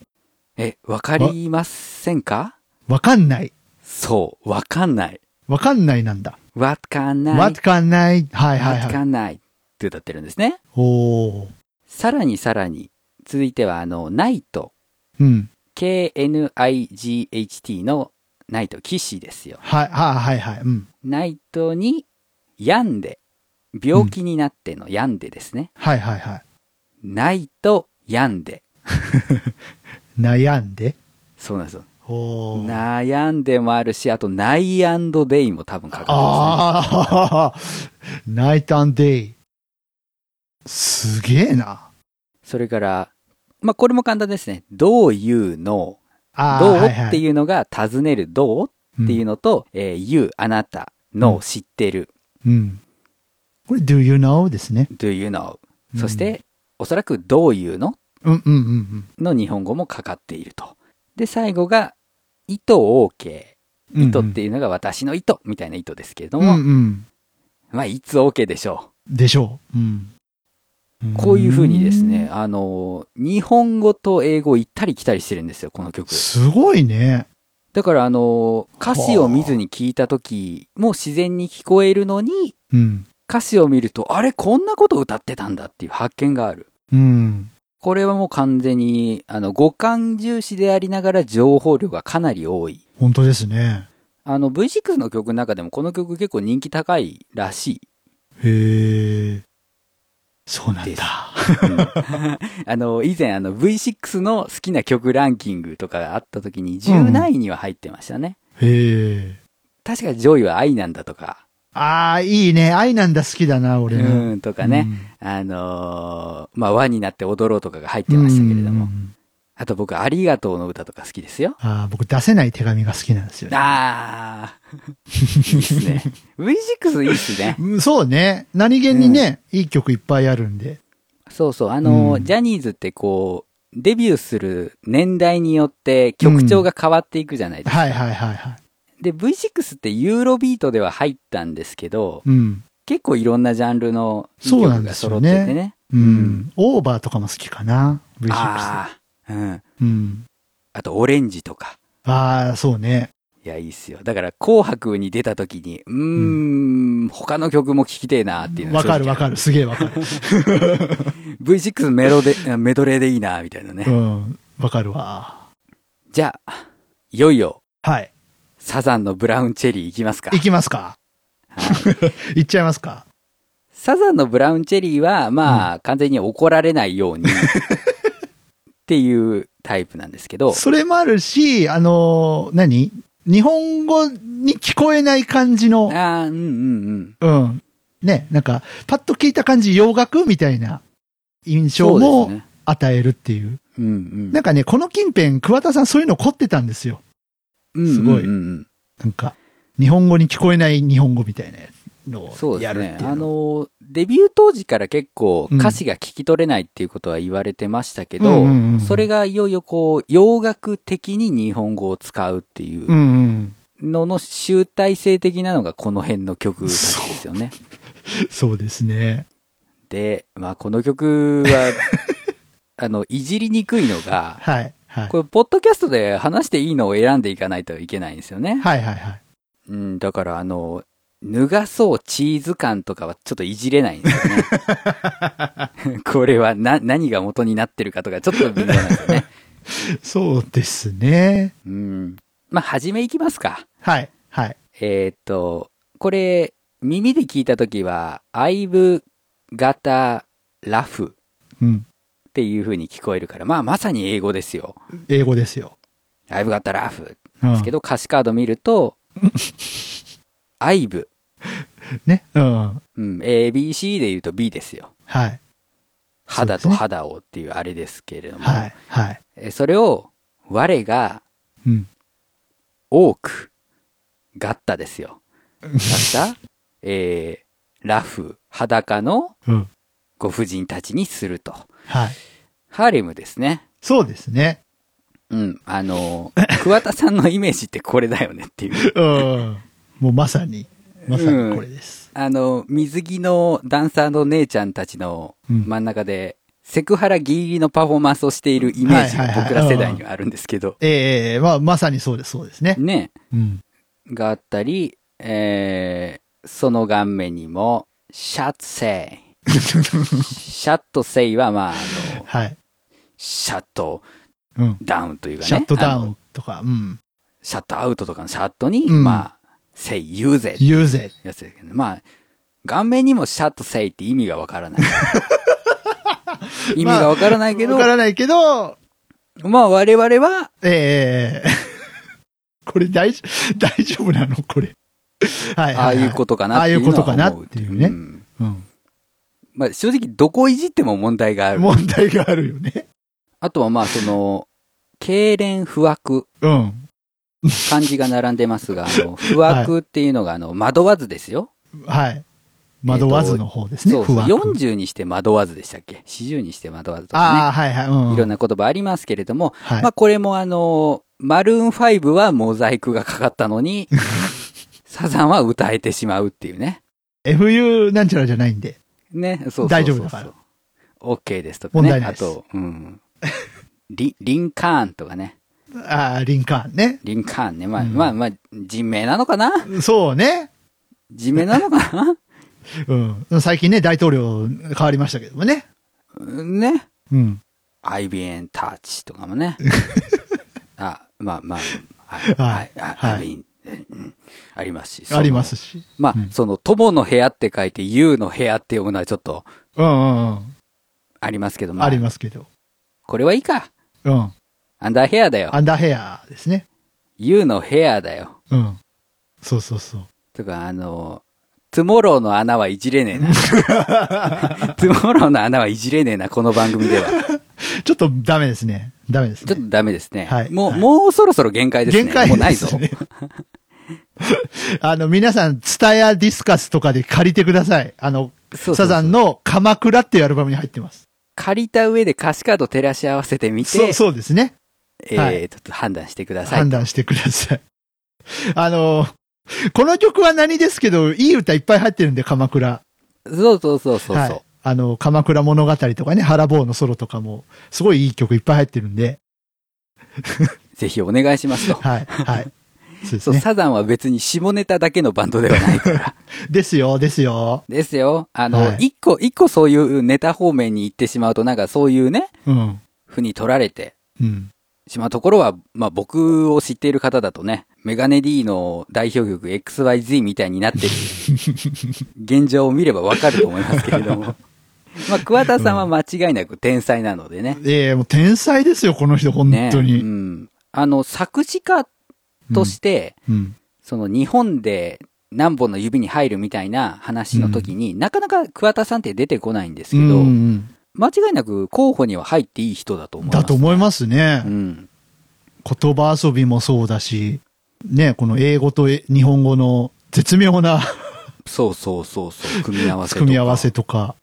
Speaker 1: え、わかりませんか
Speaker 2: わかんない。
Speaker 1: そう、わかんない。
Speaker 2: わかんないなんだ。
Speaker 1: わかんない。
Speaker 2: わかんない。はいはい
Speaker 1: わ
Speaker 2: は
Speaker 1: か
Speaker 2: い。
Speaker 1: んない。って歌ってるんですね。
Speaker 2: おー。
Speaker 1: さらにさらに、続いては、あの、ナイト。
Speaker 2: うん。
Speaker 1: KNIGHT のナイト、騎士ですよ。
Speaker 2: はい、はいはいはい。うん。
Speaker 1: ナイトに、病んで、病気になっての病んでですね。
Speaker 2: はいはいはい。
Speaker 1: ナイト、病んで。
Speaker 2: 悩んで。
Speaker 1: そうなんですよ。
Speaker 2: おー。
Speaker 1: 悩んでもあるし、あと、ナイアンドデイも多分かかってま
Speaker 2: あー。ナイトデイ。すげえな。
Speaker 1: すね。それから、まあ、これも簡単ですね。どういうの、
Speaker 2: あー。
Speaker 1: どう
Speaker 2: はいは
Speaker 1: っていうのが、尋ねるどうっていう
Speaker 2: の。
Speaker 1: のと、えー、you, あなた、の、
Speaker 2: うん
Speaker 1: 知ってる、
Speaker 2: うん。これ、do you know? ですね。
Speaker 1: do you know。
Speaker 2: うん
Speaker 1: そして、おそらく、どういうの
Speaker 2: うんうんうんうん。
Speaker 1: の日本語もかかっていると。で、最後が、糸 OK。
Speaker 2: うんうん
Speaker 1: 糸っていうのが私の糸みたいな糸ですけれど
Speaker 2: うん
Speaker 1: も、
Speaker 2: うん。
Speaker 1: まあ、いつ OK でしょ
Speaker 2: でしょう。うん。
Speaker 1: う。こういうふうにですね、あの、日本語と英語行ったり来たりしてるんですよ、この曲
Speaker 2: うん。。すごいね。
Speaker 1: だから、あの、歌詞を見ずに聞いた時も自然に聞こえるのに、
Speaker 2: うん。
Speaker 1: 歌詞を見ると、あれ、こんなこと歌ってたんだっていう発見がある。
Speaker 2: うん。
Speaker 1: これはもう完全に、あの、五感重視でありながら情報量がかなり多い。
Speaker 2: 本当ですね。
Speaker 1: あの、V 字空の曲の中でもこの曲結構人気高いらし
Speaker 2: へえ。そうなん
Speaker 1: です
Speaker 2: だ。
Speaker 1: い。うんあの、以前あの V6 の好きな曲ランキングとかがあった時に10何位には入ってましたね。
Speaker 2: へえ。
Speaker 1: 確か上位は愛なんだとか、
Speaker 2: ああ、いいね。愛なんだ好きだな、俺
Speaker 1: う
Speaker 2: ね。
Speaker 1: んとかね。あのーまあ、輪になって踊ろうとかが入ってましたけれど
Speaker 2: う
Speaker 1: も。
Speaker 2: ん
Speaker 1: あと僕、ありがとうの歌とか好きですよ。
Speaker 2: ああ、僕出せない手紙が好きなんですよね。
Speaker 1: あー。いいっす ね。V6 いいっすね。
Speaker 2: うんそうね。何気にね、いい曲いっぱいあるんで。
Speaker 1: そうそう。あの、
Speaker 2: うん
Speaker 1: ジャニーズってこう、デビューする年代によって曲調が変わっていくじゃないですか。
Speaker 2: はいはいはいはい。
Speaker 1: で、V6 ってユーロビートでは入ったんですけど、
Speaker 2: うん。
Speaker 1: 結構いろんなジャンルのいい
Speaker 2: そうな
Speaker 1: 曲
Speaker 2: ん
Speaker 1: が
Speaker 2: です
Speaker 1: 揃
Speaker 2: よ
Speaker 1: っ
Speaker 2: ね
Speaker 1: ててね。
Speaker 2: うん。オーバーとかも好きかな。V6。
Speaker 1: ああ、うん。
Speaker 2: うん。
Speaker 1: あと、オレンジとか。
Speaker 2: ああ、そうね。
Speaker 1: いや、いいっすよ。だから、紅白に出た時に、うーん、他の曲も聴きてえなっていうの
Speaker 2: わかるわか
Speaker 1: る。
Speaker 2: る。すげえわ かる。
Speaker 1: V6 メロで、メドレーでいいな、みたいなね。
Speaker 2: うん。わかるわ。
Speaker 1: じゃあ、いよいよ、
Speaker 2: はい。
Speaker 1: サザンのブラウンチェリーいきますか。
Speaker 2: いきますか。 いっちゃいますか。
Speaker 1: サザンのブラウンチェリーは、まあ、完全に怒られないよ うに、っていうタイプなんですけど、
Speaker 2: それもあるし、あのー何日本語に聞こえない感じ
Speaker 1: あ
Speaker 2: の、
Speaker 1: あ、うんうんうん。
Speaker 2: うん。ね、なんか、パッと聞いた感じ、洋楽みたいな印象
Speaker 1: そう
Speaker 2: も
Speaker 1: ですね。
Speaker 2: 与えるっていう。
Speaker 1: うんうん。
Speaker 2: なんかね、この近辺、桑田さんそういうの凝ってたんですよ。すごい
Speaker 1: うんうんうん
Speaker 2: なんか、日本語に聞こえない日本語みたいなの
Speaker 1: そう
Speaker 2: を
Speaker 1: で
Speaker 2: や
Speaker 1: す
Speaker 2: るって
Speaker 1: ね
Speaker 2: いう。。
Speaker 1: あの、デビュー当時から結構歌詞が聞き取れないっていうことは言われてましたけど、
Speaker 2: うんうんうんうん
Speaker 1: それがいよいよこう、洋楽的に日本語を使うっていううん
Speaker 2: うん。
Speaker 1: のの集大成的なのがこの辺の曲たちですよね。
Speaker 2: そうですね。
Speaker 1: で、まあこの曲は、あの、いじりにくいのが、
Speaker 2: はい。はい。
Speaker 1: これ、ポッドキャストで話していいのを選んでいかないといけないんですよね。
Speaker 2: はいはいはい。
Speaker 1: うん、だから、あの、脱がそうチーズ感とかはちょっといじれないんですよね。これはな、何が元になってるかとかちょっと微妙なんですよね。
Speaker 2: そうですね。
Speaker 1: うん。まあ、初めいきますか。
Speaker 2: はい。はい。
Speaker 1: えーっと、これ、耳で聞いたときは、アイブ型ラフ
Speaker 2: うん。
Speaker 1: っていう風に聞こえるから、まあ、まさに英語ですよ。
Speaker 2: 英語ですよ。
Speaker 1: アイブ型ラフ
Speaker 2: うん
Speaker 1: ですけど、歌詞カード見る と、アイブ。
Speaker 2: ね。うん。
Speaker 1: うん、ABC で言うと B ですよ。
Speaker 2: はい。
Speaker 1: 肌
Speaker 2: そ
Speaker 1: と
Speaker 2: うですね
Speaker 1: 肌をっていうあれですけれども、
Speaker 2: はい。はい。
Speaker 1: えそれを我が
Speaker 2: うん。
Speaker 1: 多くガッタですよ。ガッ タ、えーラフ、裸の
Speaker 2: うん。
Speaker 1: ご婦人たちにすると。
Speaker 2: はい。
Speaker 1: ハーレムですね。
Speaker 2: そうですね。
Speaker 1: うん。あ のー、桑田さんのイメージってこれだよねっていう。
Speaker 2: うん。もうまさに、まさにこれです。
Speaker 1: あの、水着のダンサーの姉ちゃんたちの
Speaker 2: うん
Speaker 1: 真ん中で、セクハラギリギリのパフォーマンスをしているイメージが
Speaker 2: はいはいはい
Speaker 1: 僕ら世代にはあるんですけど、
Speaker 2: ええまあ、まさにそうです、そうですね。
Speaker 1: ね、
Speaker 2: うん。
Speaker 1: があったり、えー、その顔面にも、シャッセイ。シャットセイは、まあ、あの、
Speaker 2: はい。
Speaker 1: シャット
Speaker 2: うん。
Speaker 1: ダウンというかね。
Speaker 2: シャットダ
Speaker 1: あ
Speaker 2: ウ
Speaker 1: の
Speaker 2: ンとか、うん。
Speaker 1: シャットアウトとかのシャットに、
Speaker 2: うん
Speaker 1: まあ、セイ、言うぜって
Speaker 2: 言うぜ。
Speaker 1: やつですけどね。まあ、顔面にもシャットセイって意味がわ からない。意味がわからないけど、
Speaker 2: わ
Speaker 1: ま
Speaker 2: か
Speaker 1: あ、
Speaker 2: らないけど、
Speaker 1: 我々は、
Speaker 2: ええ これ大丈夫、大丈夫なのこれ。はいはい、
Speaker 1: ああいうことかな
Speaker 2: あ
Speaker 1: っ
Speaker 2: あ
Speaker 1: てい
Speaker 2: い
Speaker 1: う
Speaker 2: う
Speaker 1: の
Speaker 2: こ
Speaker 1: は思
Speaker 2: とか
Speaker 1: う
Speaker 2: なっていうね。
Speaker 1: ん
Speaker 2: うん。
Speaker 1: まあ、正直、どこをいじっても問題がある。
Speaker 2: 問題があるよね。
Speaker 1: あとはまあ、その、痙攣不惑、
Speaker 2: うん。
Speaker 1: 漢字が並んでますが、あ の、不惑っていうのが、あの、惑わずですよ。
Speaker 2: はい。惑わずの方ですね。
Speaker 1: そうそう。
Speaker 2: 不惑
Speaker 1: 40にして惑わずでしたっけ ?40 にして惑わずと
Speaker 2: ああ、
Speaker 1: か
Speaker 2: はいはい。うん。
Speaker 1: ね。いろん
Speaker 2: な。
Speaker 1: な言葉ありますけれども、
Speaker 2: はい。
Speaker 1: まあこれもあの、マルーン5はモザイクがかかったの に、サザンは歌えてしまうっていうね。
Speaker 2: FU なんちゃらじゃないんで。
Speaker 1: ね、そうそうそうそう
Speaker 2: 大丈夫だから。
Speaker 1: OK ですとかね。
Speaker 2: 問題ない
Speaker 1: あ
Speaker 2: です
Speaker 1: と、うん。リ、 リンカーンとかね。
Speaker 2: ああ、リンカーンね。
Speaker 1: リンカーンね。まあ、
Speaker 2: うん
Speaker 1: まあ、まあ、人名なのかな
Speaker 2: そうね。
Speaker 1: 人名なのかな
Speaker 2: うん。最近ね、大統領変わりましたけどもね。
Speaker 1: ね。
Speaker 2: うん。
Speaker 1: IBM タッチとかも ね。あ、まあまあ、はい、はい、
Speaker 2: はい
Speaker 1: はい、IBM うんありますし。その
Speaker 2: ありま。すし。
Speaker 1: まあ、
Speaker 2: うん
Speaker 1: その、友の部屋って書いて、友の部屋って読むのはちょっと
Speaker 2: うんうんうん。
Speaker 1: ありますけども。
Speaker 2: ありますけど。
Speaker 1: これはいいか。
Speaker 2: うん。
Speaker 1: アンダーヘアだよ
Speaker 2: ア。ンダーヘアですね。
Speaker 1: You のヘアだよ。
Speaker 2: うん。そうそうそう。
Speaker 1: とか、あの、トゥモローの穴はいじれねえ な。トゥモローの穴はいじれねえな、この番組では。
Speaker 2: ちょっとダメですね。ダメです
Speaker 1: ちょ
Speaker 2: ね。
Speaker 1: っとダメですね。
Speaker 2: はい
Speaker 1: もう、
Speaker 2: はい
Speaker 1: もうそろそろ限界ですね。
Speaker 2: 限界
Speaker 1: もうない
Speaker 2: です
Speaker 1: ぞ。
Speaker 2: ね。あの、皆さん、ツタヤディスカスとかで借りてください。あの、
Speaker 1: そうそうそう
Speaker 2: サザンの鎌倉っていうアルバムに入ってます。
Speaker 1: 借りた上で歌詞カード照らし合わせてみて、
Speaker 2: そう、そうですね。は
Speaker 1: えー、ちょっと判断してください
Speaker 2: 判。断してください。あの、この曲は何ですけど、いい歌いっぱい入ってるんで、鎌倉。
Speaker 1: そうそうそうそうそう、
Speaker 2: はい。あの、鎌倉物語とかね、原坊のソロとかも、すごいいい曲いっぱい入ってるんで、
Speaker 1: ぜひお願いしますと。
Speaker 2: はい、 はい。そう
Speaker 1: そ
Speaker 2: です
Speaker 1: う、
Speaker 2: ね。
Speaker 1: サザンは別に下ネタだけのバンドでは ないから。
Speaker 2: ですよ、ですよ。
Speaker 1: ですよ。あの、一、
Speaker 2: はい
Speaker 1: 個、一個そういうネタ方面に行ってしまうと、なんかそういうね、
Speaker 2: うん。
Speaker 1: 風に取られて
Speaker 2: うん。
Speaker 1: しまうところは、まあ僕を知っている方だとね、メガネ D の代表曲 XYZ みたいになって る現状を見ればわかると思いますけれど も。まあ桑田さんは間違いなく天才なのでね。
Speaker 2: ええもう天才ですよ、この人、本
Speaker 1: ね
Speaker 2: 当に。
Speaker 1: うん、あの作詞家として、
Speaker 2: うん。
Speaker 1: その日本で何本の指に入るみたいな話の時に、なかなか桑田さんって出てこないんですけ
Speaker 2: う
Speaker 1: ど、
Speaker 2: んうん
Speaker 1: 間違いなく候補には入っていい人だと思います。
Speaker 2: だと思いますね。
Speaker 1: うん。
Speaker 2: 言葉遊びもそうだし、ね、この英語とえ日本語の絶妙な
Speaker 1: そうそうそうそう。組み合わせとか。
Speaker 2: 組み合わせとか。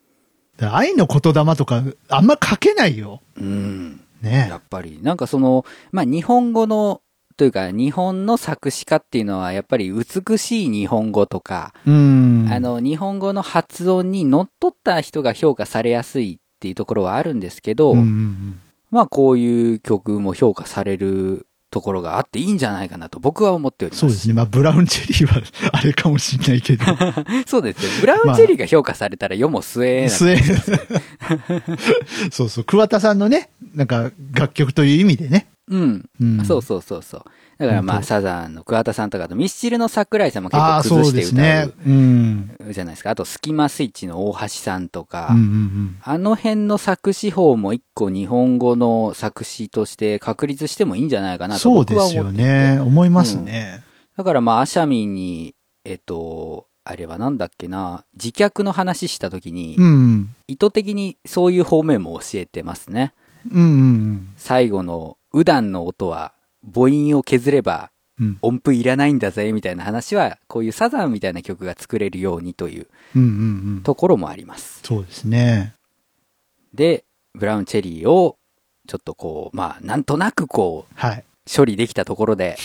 Speaker 2: だから愛の言霊とか、あんま書けないよ。
Speaker 1: うん。
Speaker 2: ね
Speaker 1: や。っぱり、なんかその、まあ、日本語の、というか、日本の作詞家っていうのは、やっぱり美しい日本語とか、
Speaker 2: うん。
Speaker 1: あ、の、日本語の発音にのっとった人が評価されやすいっていうところはあるんですけど、
Speaker 2: うんうん
Speaker 1: まあ、こういう曲も評価されるところがあっていいんじゃないかなと僕は思っております。
Speaker 2: そうですね。まあ、ブラウンチェリーは、あれかもしんないけど。
Speaker 1: そうですよ。ブラウンチェリーが評価されたら世も末な、
Speaker 2: スウェーデン そうそう。桑田さんのね、なんか、楽曲という意味でね。
Speaker 1: うん、
Speaker 2: うん
Speaker 1: そうそうそうそう。だからま
Speaker 2: 本
Speaker 1: あ、
Speaker 2: 当
Speaker 1: サザンの桑田さんとかとミスチルの桜井さんも結
Speaker 2: ああ
Speaker 1: 構
Speaker 2: ー、そ
Speaker 1: 崩
Speaker 2: う
Speaker 1: して
Speaker 2: です
Speaker 1: 歌
Speaker 2: ね
Speaker 1: う。
Speaker 2: うん。
Speaker 1: じゃないですか。あと、スキマスイッチの大橋さんとか、
Speaker 2: うんうんうん。
Speaker 1: あの辺の作詞法も一個日本語の作詞として確立してもいいんじゃないかなと
Speaker 2: そう
Speaker 1: 僕
Speaker 2: で
Speaker 1: は思っ
Speaker 2: す
Speaker 1: ていて
Speaker 2: よね。思いますね。
Speaker 1: だからまあ、アシャミンに、えっと、あれはなんだっけな、自虐の話した時に、
Speaker 2: うん。うん
Speaker 1: 意図的にそういう方面も教えてますね。
Speaker 2: うんうん。
Speaker 1: 最後の、右段の音は、母音を削れば
Speaker 2: うん
Speaker 1: 音符いらないんだぜ、みたいな話は、こういうサザンみたいな曲が作れるようにという
Speaker 2: うんうんうん。
Speaker 1: ところもあります。
Speaker 2: そうですね。
Speaker 1: で、ブラウンチェリーを、ちょっとこう、まあ、なんとなくこう、
Speaker 2: はい。
Speaker 1: 処理できたところで、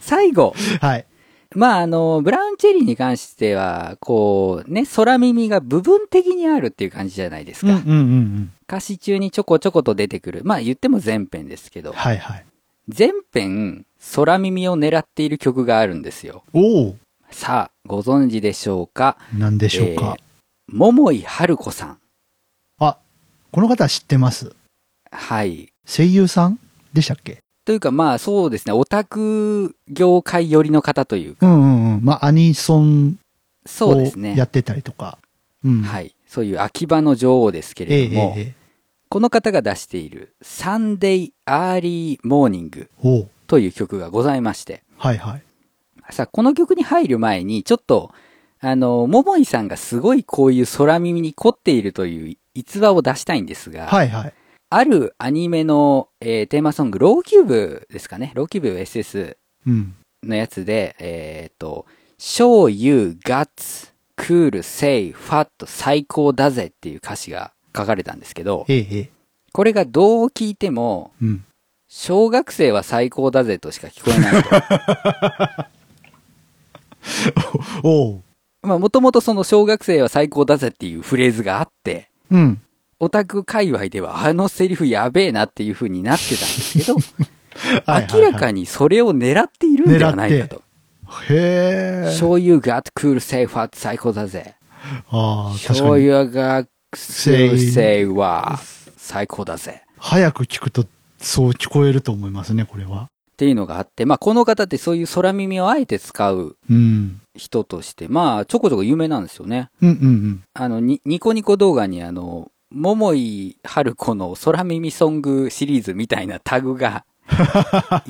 Speaker 1: 最後、
Speaker 2: はい。
Speaker 1: まああの、ブラウンチェリーに関しては、こう、ね、空耳が部分的にあるっていう感じじゃないです
Speaker 2: うん
Speaker 1: か。
Speaker 2: うんうんうん。
Speaker 1: 歌詞中にちょこちょこと出てくる。まあ言っても前編ですけど、
Speaker 2: はいはい。
Speaker 1: 前編、空耳を狙っている曲があるんですよ。
Speaker 2: おお
Speaker 1: さあ、ご存知でしょうか
Speaker 2: なんでしょうか。
Speaker 1: えー桃井春子さん。
Speaker 2: あ、この方は知ってます。
Speaker 1: はい。
Speaker 2: 声優さんでしたっけ
Speaker 1: というかまあそうですね、オタク業界寄りの方というか、
Speaker 2: うんうんうん。まあ、アニソン
Speaker 1: そう
Speaker 2: を
Speaker 1: ですね。
Speaker 2: やってたりとか。うん。い。
Speaker 1: はい。そういう秋葉の女王ですけ
Speaker 2: え
Speaker 1: れ
Speaker 2: え
Speaker 1: ども、
Speaker 2: ええええ。
Speaker 1: この方が出している「サンデイ・アーリー・モーニング
Speaker 2: おう」
Speaker 1: という曲がございまして
Speaker 2: はいはい。
Speaker 1: さあこの曲に入る前にちょっとあの桃井さんがすごいこういう空耳に凝っているという逸話を出したいんですが、
Speaker 2: はいはい。
Speaker 1: あるアニメの、えーテーマソング「ローキューブ」ですかね「ローキューブ SS
Speaker 2: うん。」
Speaker 1: のやつでえっ、と「Show you guts cool say fat 最高だぜ」っていう歌詞が書かれたんですけど
Speaker 2: ええええ。
Speaker 1: これがどう聞いても
Speaker 2: うん。
Speaker 1: 小学生は最高だぜとしか聞こえない と。
Speaker 2: おう
Speaker 1: まあもともとその小学生は最高だぜっていうフレーズがあって、
Speaker 2: うん。
Speaker 1: オタク界隈ではあのセリフやべえなっていう風になってたんです けど、
Speaker 2: はいはいはい
Speaker 1: 明らかにそれを狙っているんではないかと。
Speaker 2: へえ。
Speaker 1: 醤油が cool say what 最高だぜ。
Speaker 2: ああ、確
Speaker 1: 醤
Speaker 2: かに。
Speaker 1: 油が cool say what 最高だぜ。
Speaker 2: 早く聞くと、そう聞こえると思いますね、これは。
Speaker 1: っていうのがあって、まあこの方ってそういう空耳をあえて使う
Speaker 2: うん。
Speaker 1: 人として、まあちょこちょこ有名なんですよね。
Speaker 2: うんうんうん。
Speaker 1: あの、に、ニコニコ動画にあの、桃井春子の空耳ソングシリーズみたいなタグ が、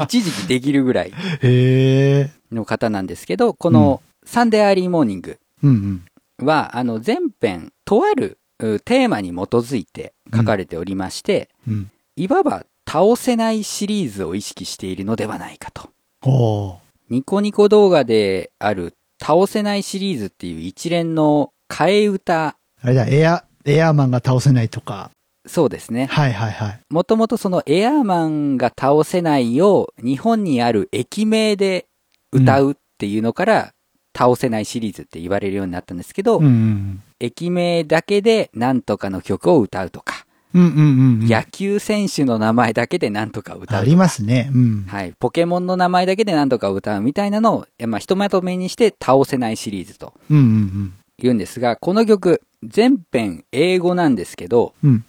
Speaker 1: 一時期できるぐらい
Speaker 2: へえ。
Speaker 1: の方なんですけど、この、サンデーアーリーモーニング
Speaker 2: うんうん。
Speaker 1: は、あの、前編、とあるうテーマに基づいて書かれておりまして、
Speaker 2: うん。
Speaker 1: いわば倒せないシリーズを意識しているのではないかと。
Speaker 2: おー
Speaker 1: ニコニコ動画である倒せないシリーズっていう一連の替え歌、
Speaker 2: あれだ、エア、エアーマンが倒せないとか。
Speaker 1: そうですね。
Speaker 2: はいはいはい。
Speaker 1: もともとそのエアーマンが倒せないよう日本にある駅名で歌うっていうのから、倒せないシリーズって言われるようになったんですけど、
Speaker 2: うんうん
Speaker 1: 駅名だけでなんとかの曲を歌うとか、
Speaker 2: うん。うんうんうん。
Speaker 1: 野球選手の名前だけでなんとか歌う
Speaker 2: あ
Speaker 1: とか
Speaker 2: りますね。うん。
Speaker 1: はい、ポケモンの名前だけでなんとか歌うみたいなのを、えまあ、ひとまとめにして倒せないシリーズと
Speaker 2: うんうん
Speaker 1: 言うんですが、この曲、全編英語なんですけど、
Speaker 2: うん。うん。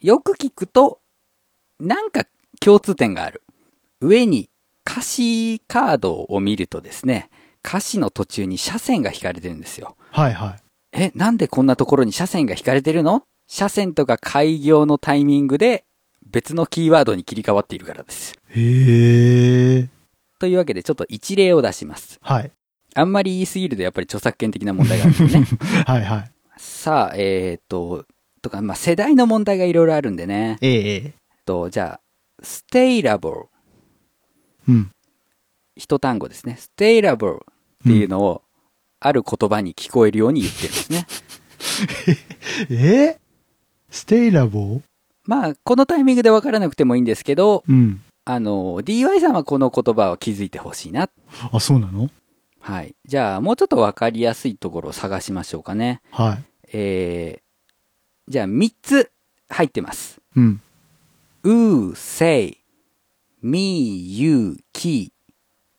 Speaker 1: よく聞くと、なんか共通点がある。上に歌詞カードを見るとですね、歌詞の途中に斜線が引かれてるんですよ。
Speaker 2: はいはい。
Speaker 1: え、なんでこんなところに斜線が引かれてるの斜線とか開業のタイミングで別のキーワードに切り替わっているからです。
Speaker 2: へえ。
Speaker 1: というわけでちょっと一例を出します。
Speaker 2: はい。
Speaker 1: あんまり言いすぎるとやっぱり著作権的な問題があるんでね。
Speaker 2: はいはい。
Speaker 1: さあ、えーっと、とか、まあ、世代の問題がいろいろあるんでね。
Speaker 2: ええええ。
Speaker 1: と、じゃあ、stayable。
Speaker 2: うん。
Speaker 1: 一単語ですね。stayable っていうのを、ある言葉に聞こえるように言ってるんですね。
Speaker 2: えステイラボー
Speaker 1: まあ、このタイミングでわからなくてもいいんですけど、
Speaker 2: うん。
Speaker 1: あの、DY さんはこの言葉を気づいてほしいな。
Speaker 2: あ、そうなの
Speaker 1: はい。じゃあ、もうちょっとわかりやすいところを探しましょうかね。
Speaker 2: は
Speaker 1: えー、じゃあ、三つ入ってます。
Speaker 2: い。うん。
Speaker 1: うー、せい、み、ゆ、き、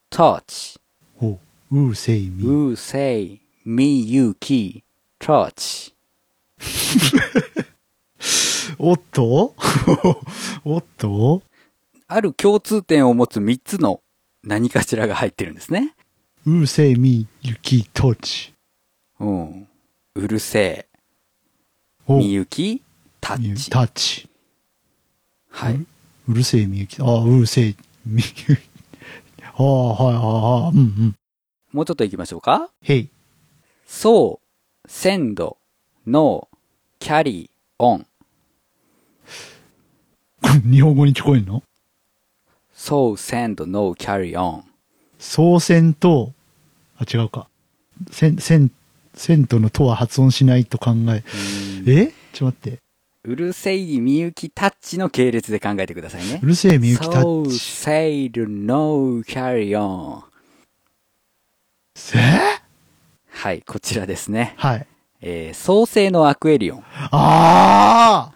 Speaker 1: とち。
Speaker 2: おう、うせいみ。
Speaker 1: う、せい、み、ゆ、き、とち。
Speaker 2: おっと おっと
Speaker 1: ある共通点を持つ3つの何かしらが入ってるんですね。
Speaker 2: うせいみ、ゆき、とち。
Speaker 1: うん。うるせえ、
Speaker 2: お
Speaker 1: みゆき、タッチ。
Speaker 2: タッチ。
Speaker 1: はい。
Speaker 2: うるせえみゆき。ああ、うるせえみゆき。ああ、はい、ああ、うんうん。
Speaker 1: もうちょっと行きましょうか。
Speaker 2: へい。
Speaker 1: そう、鮮度、の、キャリー、オン。
Speaker 2: これ日本語に聞こえんの
Speaker 1: そう、鮮度、の、キャリー、オン。
Speaker 2: 総線と、あ、違うか。線、線、線とのとは発音しないと考え。えちょっと待って。
Speaker 1: うるせい、みゆき、タッチの系列で考えてくださいね
Speaker 2: う。るせえみゆきタ
Speaker 1: そう、
Speaker 2: ッチ。
Speaker 1: セイル、ノー、キャリー、オン。
Speaker 2: えー
Speaker 1: はい、こちらですね。
Speaker 2: はい。
Speaker 1: えー、創世のアクエリオン。
Speaker 2: あ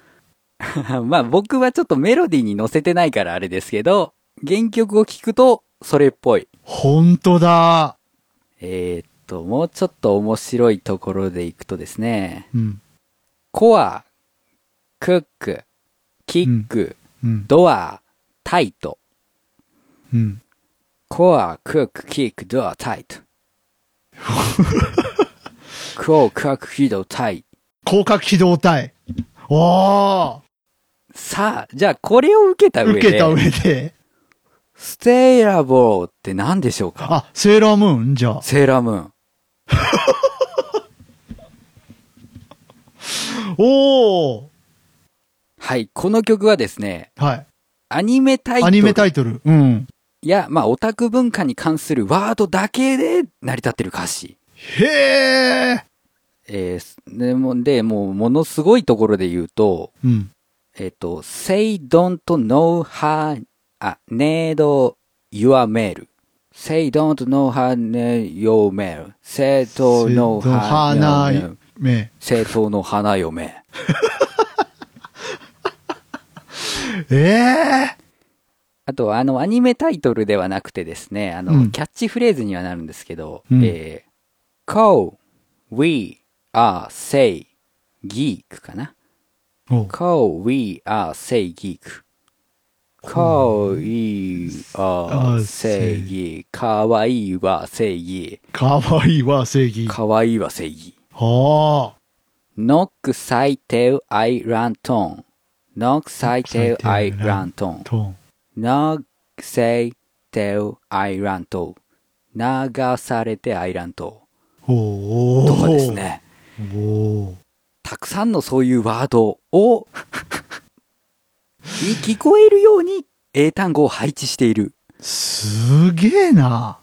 Speaker 2: あ
Speaker 1: まあ僕はちょっとメロディーに乗せてないからあれですけど、原曲を聴くとそれっぽい。
Speaker 2: ほんとだ
Speaker 1: えーっと、もうちょっと面白いところでいくとですね、
Speaker 2: うん。
Speaker 1: コア、クック、キック、
Speaker 2: うん。
Speaker 1: ドア、タイト。
Speaker 2: うん。
Speaker 1: コア、クック、キック、ドア、タイ ト。コア、クック、キッド、タイ。
Speaker 2: 広角機動隊。おー
Speaker 1: さあ、じゃあこれを受けた上
Speaker 2: 受
Speaker 1: で、
Speaker 2: けた上で。
Speaker 1: ステイラボーって何でしょうか
Speaker 2: あ、セーラームーンじゃあ。
Speaker 1: セーラームーン。
Speaker 2: おー
Speaker 1: はい、この曲はですね、
Speaker 2: はい。
Speaker 1: アニメタイ
Speaker 2: ア
Speaker 1: ト
Speaker 2: ニメ
Speaker 1: ル
Speaker 2: タイトル。うん。
Speaker 1: や、まあ、オタク文化に関するワードだけで成り立ってる歌詞。
Speaker 2: へー
Speaker 1: えーでも、で、もう、ものすごいところで言うと、
Speaker 2: うん。
Speaker 1: えっ、と、say don't know how, あ、need your mail. say don't know how need your mail. say don't know how
Speaker 2: せーの花
Speaker 1: need
Speaker 2: い
Speaker 1: your mail.
Speaker 2: 目。
Speaker 1: 正当の花嫁。
Speaker 2: ええ
Speaker 1: あと、あの、アニメタイトルではなくてですね、あの、
Speaker 2: うん
Speaker 1: キャッチフレーズにはなるんですけど、
Speaker 2: うん
Speaker 1: えー、call, we, are, say, geek かな。
Speaker 2: お
Speaker 1: call, we, are, say, geek. call, we, are, say, geek. かわいいは正義。
Speaker 2: かわいいわ、正義。は
Speaker 1: かわいいは正義。
Speaker 2: あ。
Speaker 1: knock, say, tell, I, run, tone. knock, say, tell, I, run, tone.
Speaker 2: トン。
Speaker 1: なせてアイラント。流されてアイラント。
Speaker 2: おー
Speaker 1: とかです。ね。
Speaker 2: おー
Speaker 1: たくさんのそういうワードを、 い聞こえるように英単語を配置しているっ
Speaker 2: すげえな。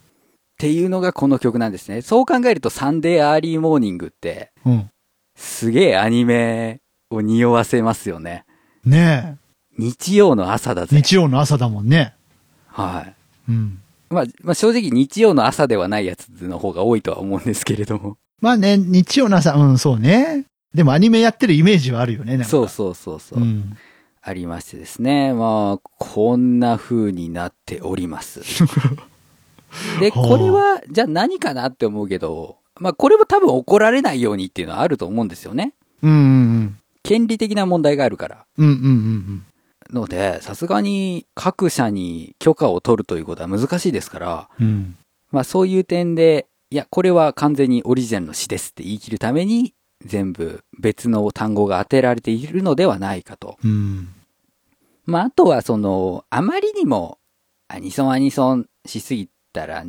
Speaker 1: ていうのがこの曲なんですね。そう考えるとサンデーアーリーモーニングって
Speaker 2: うん。
Speaker 1: すげえアニメを匂わせますよね。
Speaker 2: ね
Speaker 1: 日曜の朝だ
Speaker 2: え。
Speaker 1: ぜ。
Speaker 2: 日曜の朝だもんね。
Speaker 1: はい。
Speaker 2: うん。
Speaker 1: まあ、まあ、正直日曜の朝ではないやつの方が多いとは思うんですけれども。
Speaker 2: まあね、日曜の朝、うん、そうね。でもアニメやってるイメージはあるよね、なんか。
Speaker 1: そうそうそうそう。
Speaker 2: うん。
Speaker 1: ありましてですね。まあ、こんな風になっており ます。で、
Speaker 2: はあ
Speaker 1: これは、じゃあ何かなって思うけど、まあ、これも多分怒られないようにっていうのはあると思うんですよね。
Speaker 2: うんうん
Speaker 1: 権利的な問題があるから。
Speaker 2: うん。うんうんうん
Speaker 1: ので、さすがに各社に許可を取るということは難しいですから、
Speaker 2: うん。うん。
Speaker 1: まあ、そういう点で、いや、これは完全にオリジナルの詩ですって言い切るために、全部別の単語が当てられているのではないかと。
Speaker 2: うん。
Speaker 1: まあ、あとはその、あまりにもアニソンアニソンしすぎたら、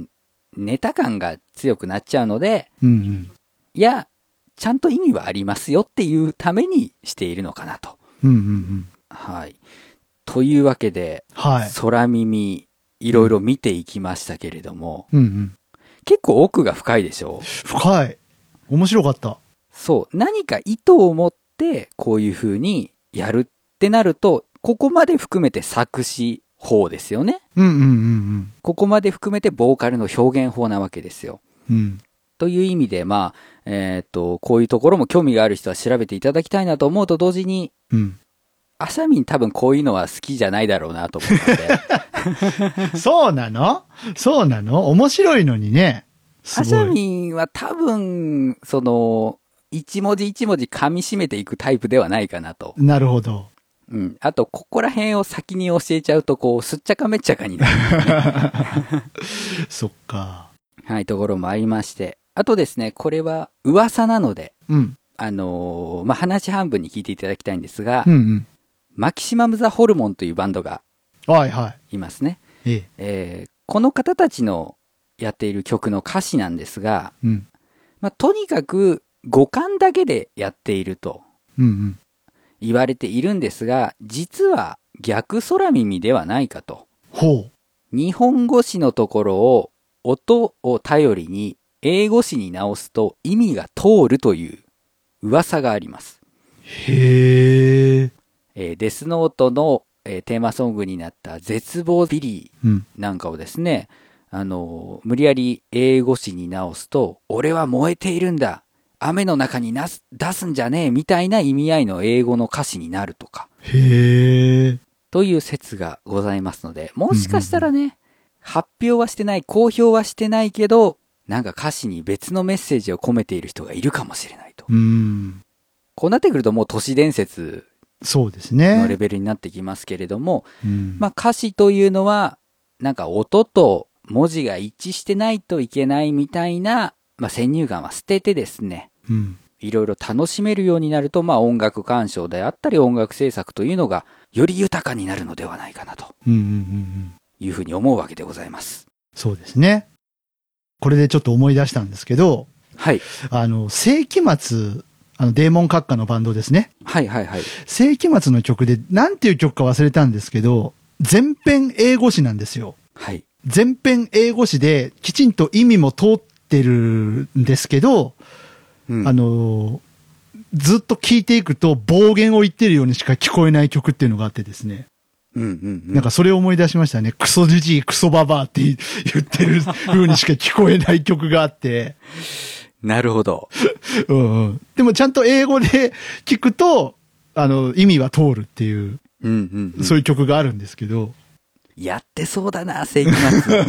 Speaker 1: ネタ感が強くなっちゃうので、
Speaker 2: うんうん。
Speaker 1: いや、ちゃんと意味はありますよっていうためにしているのかなと。
Speaker 2: うんうんうん。
Speaker 1: はい。というわけで、
Speaker 2: はい。
Speaker 1: 空耳、いろいろ見ていきましたけれども、
Speaker 2: うんうん。
Speaker 1: 結構奥が深いでしょう
Speaker 2: 深い。面白かった。
Speaker 1: そう。何か意図を持って、こういう風にやるってなると、ここまで含めて作詞法ですよね。
Speaker 2: うんうんうん
Speaker 1: ここまで含めてボーカルの表現法なわけですよ。
Speaker 2: うん。うん。
Speaker 1: という意味で、まあ、えっ、と、こういうところも興味がある人は調べていただきたいなと思うと同時に、
Speaker 2: うん。
Speaker 1: アシャミン多分こういうのは好きじゃないだろうなと思ったので、
Speaker 2: そうなのそうなの面白いのにね。す
Speaker 1: アシャ
Speaker 2: ごい。
Speaker 1: ミンは多分、その、一文字一文字噛み締めていくタイプではないかなと。
Speaker 2: なるほど。
Speaker 1: うん。あと、ここら辺を先に教えちゃうと、こう、すっちゃかめっちゃかになる。
Speaker 2: そっか。
Speaker 1: はい、ところもありまして。あとですね、これは噂なので、
Speaker 2: うん。
Speaker 1: あのーまあ、話半分に聞いていただきたいんですが、
Speaker 2: うんうん。
Speaker 1: マキシマム・ザ・ホルモンというバンドが
Speaker 2: はいはい
Speaker 1: ますね。
Speaker 2: い。ええ。
Speaker 1: えーこの方たちのやっている曲の歌詞なんですが、
Speaker 2: うん。
Speaker 1: まあ、とにかく五感だけでやっていると
Speaker 2: うんうん。
Speaker 1: 言われているんですが、実は逆空耳ではないかと。
Speaker 2: ほ
Speaker 1: 日本語詞のところを音を頼りに英語詞に直すと意味が通るという噂があります。
Speaker 2: う。へえ。
Speaker 1: えーデスノートの、えーテーマソングになった絶望ビリ
Speaker 2: うん。
Speaker 1: ーなんかをですね、あのー無理やり英語詞に直すと、俺は燃えているんだ雨の中になす出すんじゃねえみたいな意味合いの英語の歌詞になるとか、
Speaker 2: へえ。
Speaker 1: という説がございますので、もしかしたらね、発表はしてない、公表はしてないけど、なんか歌詞に別のメッセージを込めている人がいるかもしれないと。
Speaker 2: うん。
Speaker 1: こうなってくるともう都市伝説
Speaker 2: そうです
Speaker 1: のレ
Speaker 2: ね。
Speaker 1: ベルになってきますけれども、
Speaker 2: うん
Speaker 1: まあ歌詞というのは、なんか音と文字が一致してないといけないみたいな、まあ先入観は捨ててですね、
Speaker 2: うん。
Speaker 1: いろいろ楽しめるようになると、まあ音楽鑑賞であったり音楽制作というのがより豊かになるのではないかなと。
Speaker 2: うんうんうんうん。
Speaker 1: いうふうに思うわけでございます。
Speaker 2: そうですね。これでちょっと思い出したんですけど、
Speaker 1: はい。
Speaker 2: あの、世紀末、あの、デーモン閣下のバンドですね。
Speaker 1: はいはいはい。
Speaker 2: 世紀末の曲で、なんていう曲か忘れたんですけど、全編英語詞なんですよ。
Speaker 1: はい。
Speaker 2: 全編英語詞で、きちんと意味も通ってるんですけど、
Speaker 1: うん
Speaker 2: あの、ずっと聞いていくと暴言を言ってるようにしか聞こえない曲っていうのがあってですね。
Speaker 1: うんうんうん。
Speaker 2: なんかそれを思い出しましたね。クソじじい、クソババアって言ってる風にしか聞こえない曲があって。
Speaker 1: なるほど。
Speaker 2: うんうん。でもちゃんと英語で聞くと、あの、意味は通るっていう、
Speaker 1: うんうん、うん。
Speaker 2: そういう曲があるんですけど、
Speaker 1: やってそうだな、世紀末。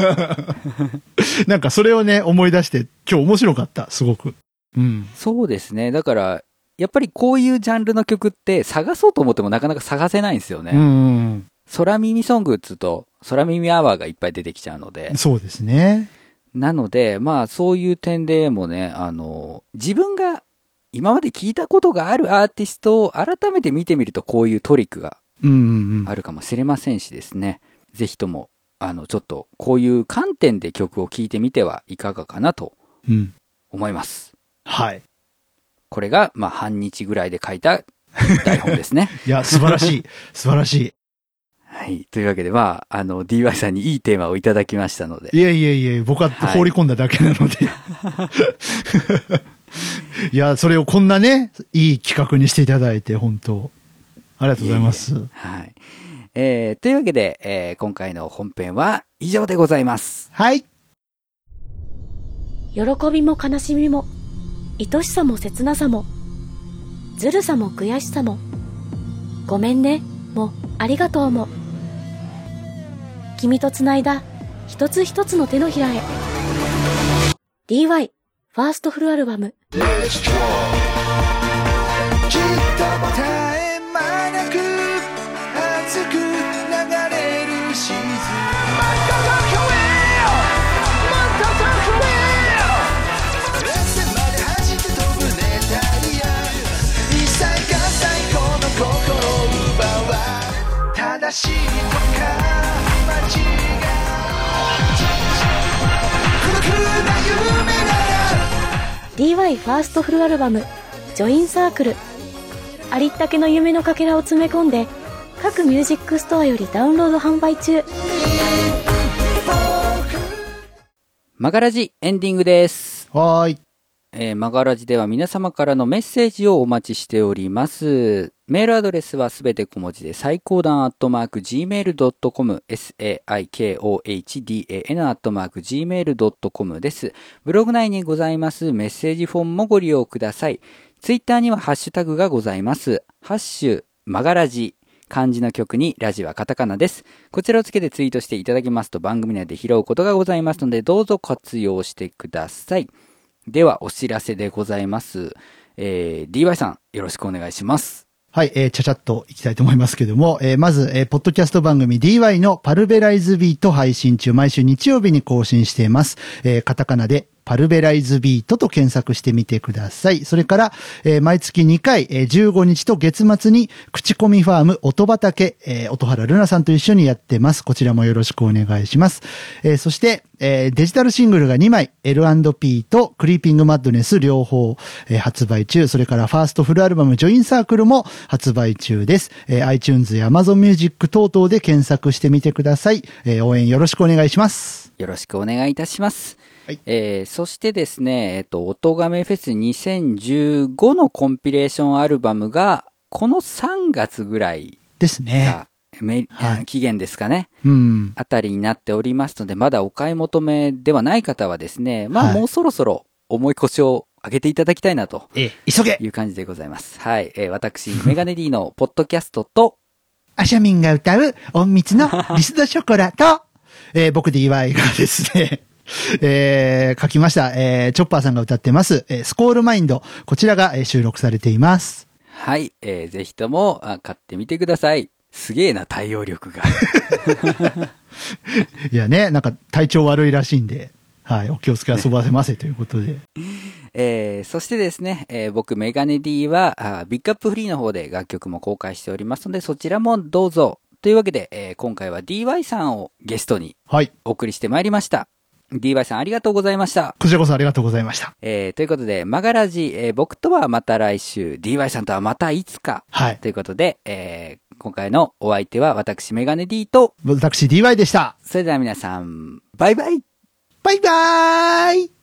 Speaker 2: なんかそれをね、思い出して、今日面白かった、すごく。うん。
Speaker 1: そうですね。だから、やっぱりこういうジャンルの曲って探そうと思ってもなかなか探せないんですよね。
Speaker 2: うんうん
Speaker 1: 空耳ソングっつうと、空耳アワーがいっぱい出てきちゃうので
Speaker 2: うん。。そうですね。
Speaker 1: なので、まあそういう点でもね、あの、自分が今まで聞いたことがあるアーティストを改めて見てみるとこういうトリックが
Speaker 2: うんうんう
Speaker 1: あ
Speaker 2: ん。
Speaker 1: るかもしれませんしですね。ぜひとも、あの、ちょっと、こういう観点で曲を聴いてみてはいかがかなと
Speaker 2: うん。
Speaker 1: 思います。
Speaker 2: はい。
Speaker 1: これが、まあ、半日ぐらいで書いた台本です ね。
Speaker 2: いや、素晴らしい。素晴らし
Speaker 1: はい。というわけで、まあ、あの、DY さんにいいテーマをいただきましたので
Speaker 2: い。、いやいやいや、僕は
Speaker 1: はい
Speaker 2: 放り込んだだけなので。 いや、それをこんなね、いい企画にしていただいて、本当ありがとうございます。
Speaker 1: はい。えー、というわけで、えー今回の本編は以上でございます。
Speaker 2: はい。
Speaker 3: 喜びも悲しみも愛しさも切なさもずるさも悔しさもごめんねもありがとうも君とつないだ一つ一つの手のひらへ DY ファーストフルアルバム
Speaker 4: 正しいとか間違い孤独な夢なら
Speaker 3: DY ファーストフルアルバム「ジョインサークル」ありったけの夢のかけらを詰め込んで各ミュージックストアよりダウンロード販売中
Speaker 1: マガラジエンディングです。
Speaker 2: はーい。
Speaker 1: えー、マガラジでは皆様からのメッセージをお待ちしております。メールアドレスはすべて小文字で、最高段アットマーク gmail.com、saikohdan アットマーク gmail.com です。ブログ内にございますメッセージフォームもご利用ください。ツイッターにはハッシュタグがございます。ハッシュ、マガラジ、漢字の曲にラジはカタカナです。こちらをつけてツイートしていただきますと番組内で拾うことがございますので、どうぞ活用してください。では、お知らせでございます。えー、DY さん、よろしくお願いします。
Speaker 2: はい、えー、ちゃちゃっといきたいと思いますけども、えーまず、えーポッドキャスト番組 DY のパルベライズビート配信中、毎週日曜日に更新しています。えーカタカナで、パルベライズビートと検索してみてください。それから、えー毎月2回、えー15日と月末に、口コミファーム音畑、えー、音原ルナさんと一緒にやってます。こちらもよろしくお願いします。えーそして、えーデジタルシングルが2枚、L&P とクリーピングマッドネス両方、えー発売中、それからファーストフルアルバムジョインサークルも発売中です。えー iTunes や Amazon Music 等々で検索してみてください。えー応援よろしくお願いします。
Speaker 1: よろしくお願いいたします。
Speaker 2: はい
Speaker 1: えーそしてですね、えっ、と、音亀フェス2015のコンピレーションアルバムが、この3月ぐらい
Speaker 2: ですね。
Speaker 1: が、め
Speaker 2: はい
Speaker 1: 期限ですかね、
Speaker 2: うん。
Speaker 1: あたりになっておりますので、まだお買い求めではない方はですね、ま
Speaker 2: は
Speaker 1: あ
Speaker 2: い
Speaker 1: もうそろそろ重い腰を上げていただきたいなと
Speaker 2: えー急げ
Speaker 1: いう感じでございます。はい。えー私、メガネ D のポッドキャストと、
Speaker 2: アシャミンが歌う、隠密のリスドショコラと、えー僕で岩井がですね、 えー書きました、えーチョッパーさんが歌ってます、えースコールマインド。こちらが、えー収録されています。
Speaker 1: はい。えーぜひともあ買ってみてください。すげえな、対応力 が。
Speaker 2: いやね、なんか体調悪いらしいんで、はい、お気をつけ遊ばせませということで。
Speaker 1: えーそしてですね、えー僕、メガネ D は、あービッグアップフリーの方で楽曲も公開しておりますので、そちらもどうぞ。というわけで、えー今回は DY さんをゲストに
Speaker 2: はい、
Speaker 1: お送りしてまいりました。DY さんありがとうございました。
Speaker 2: こちらこそありがとうございました。
Speaker 1: えーということで、マガラジ、えー僕とはまた来週、DY さんとはまたいつか。
Speaker 2: はい。
Speaker 1: ということで、えー今回のお相手は私、メガネ D と、
Speaker 2: 私 DY でした。
Speaker 1: それでは皆さん、バイバイ
Speaker 2: バイバーイ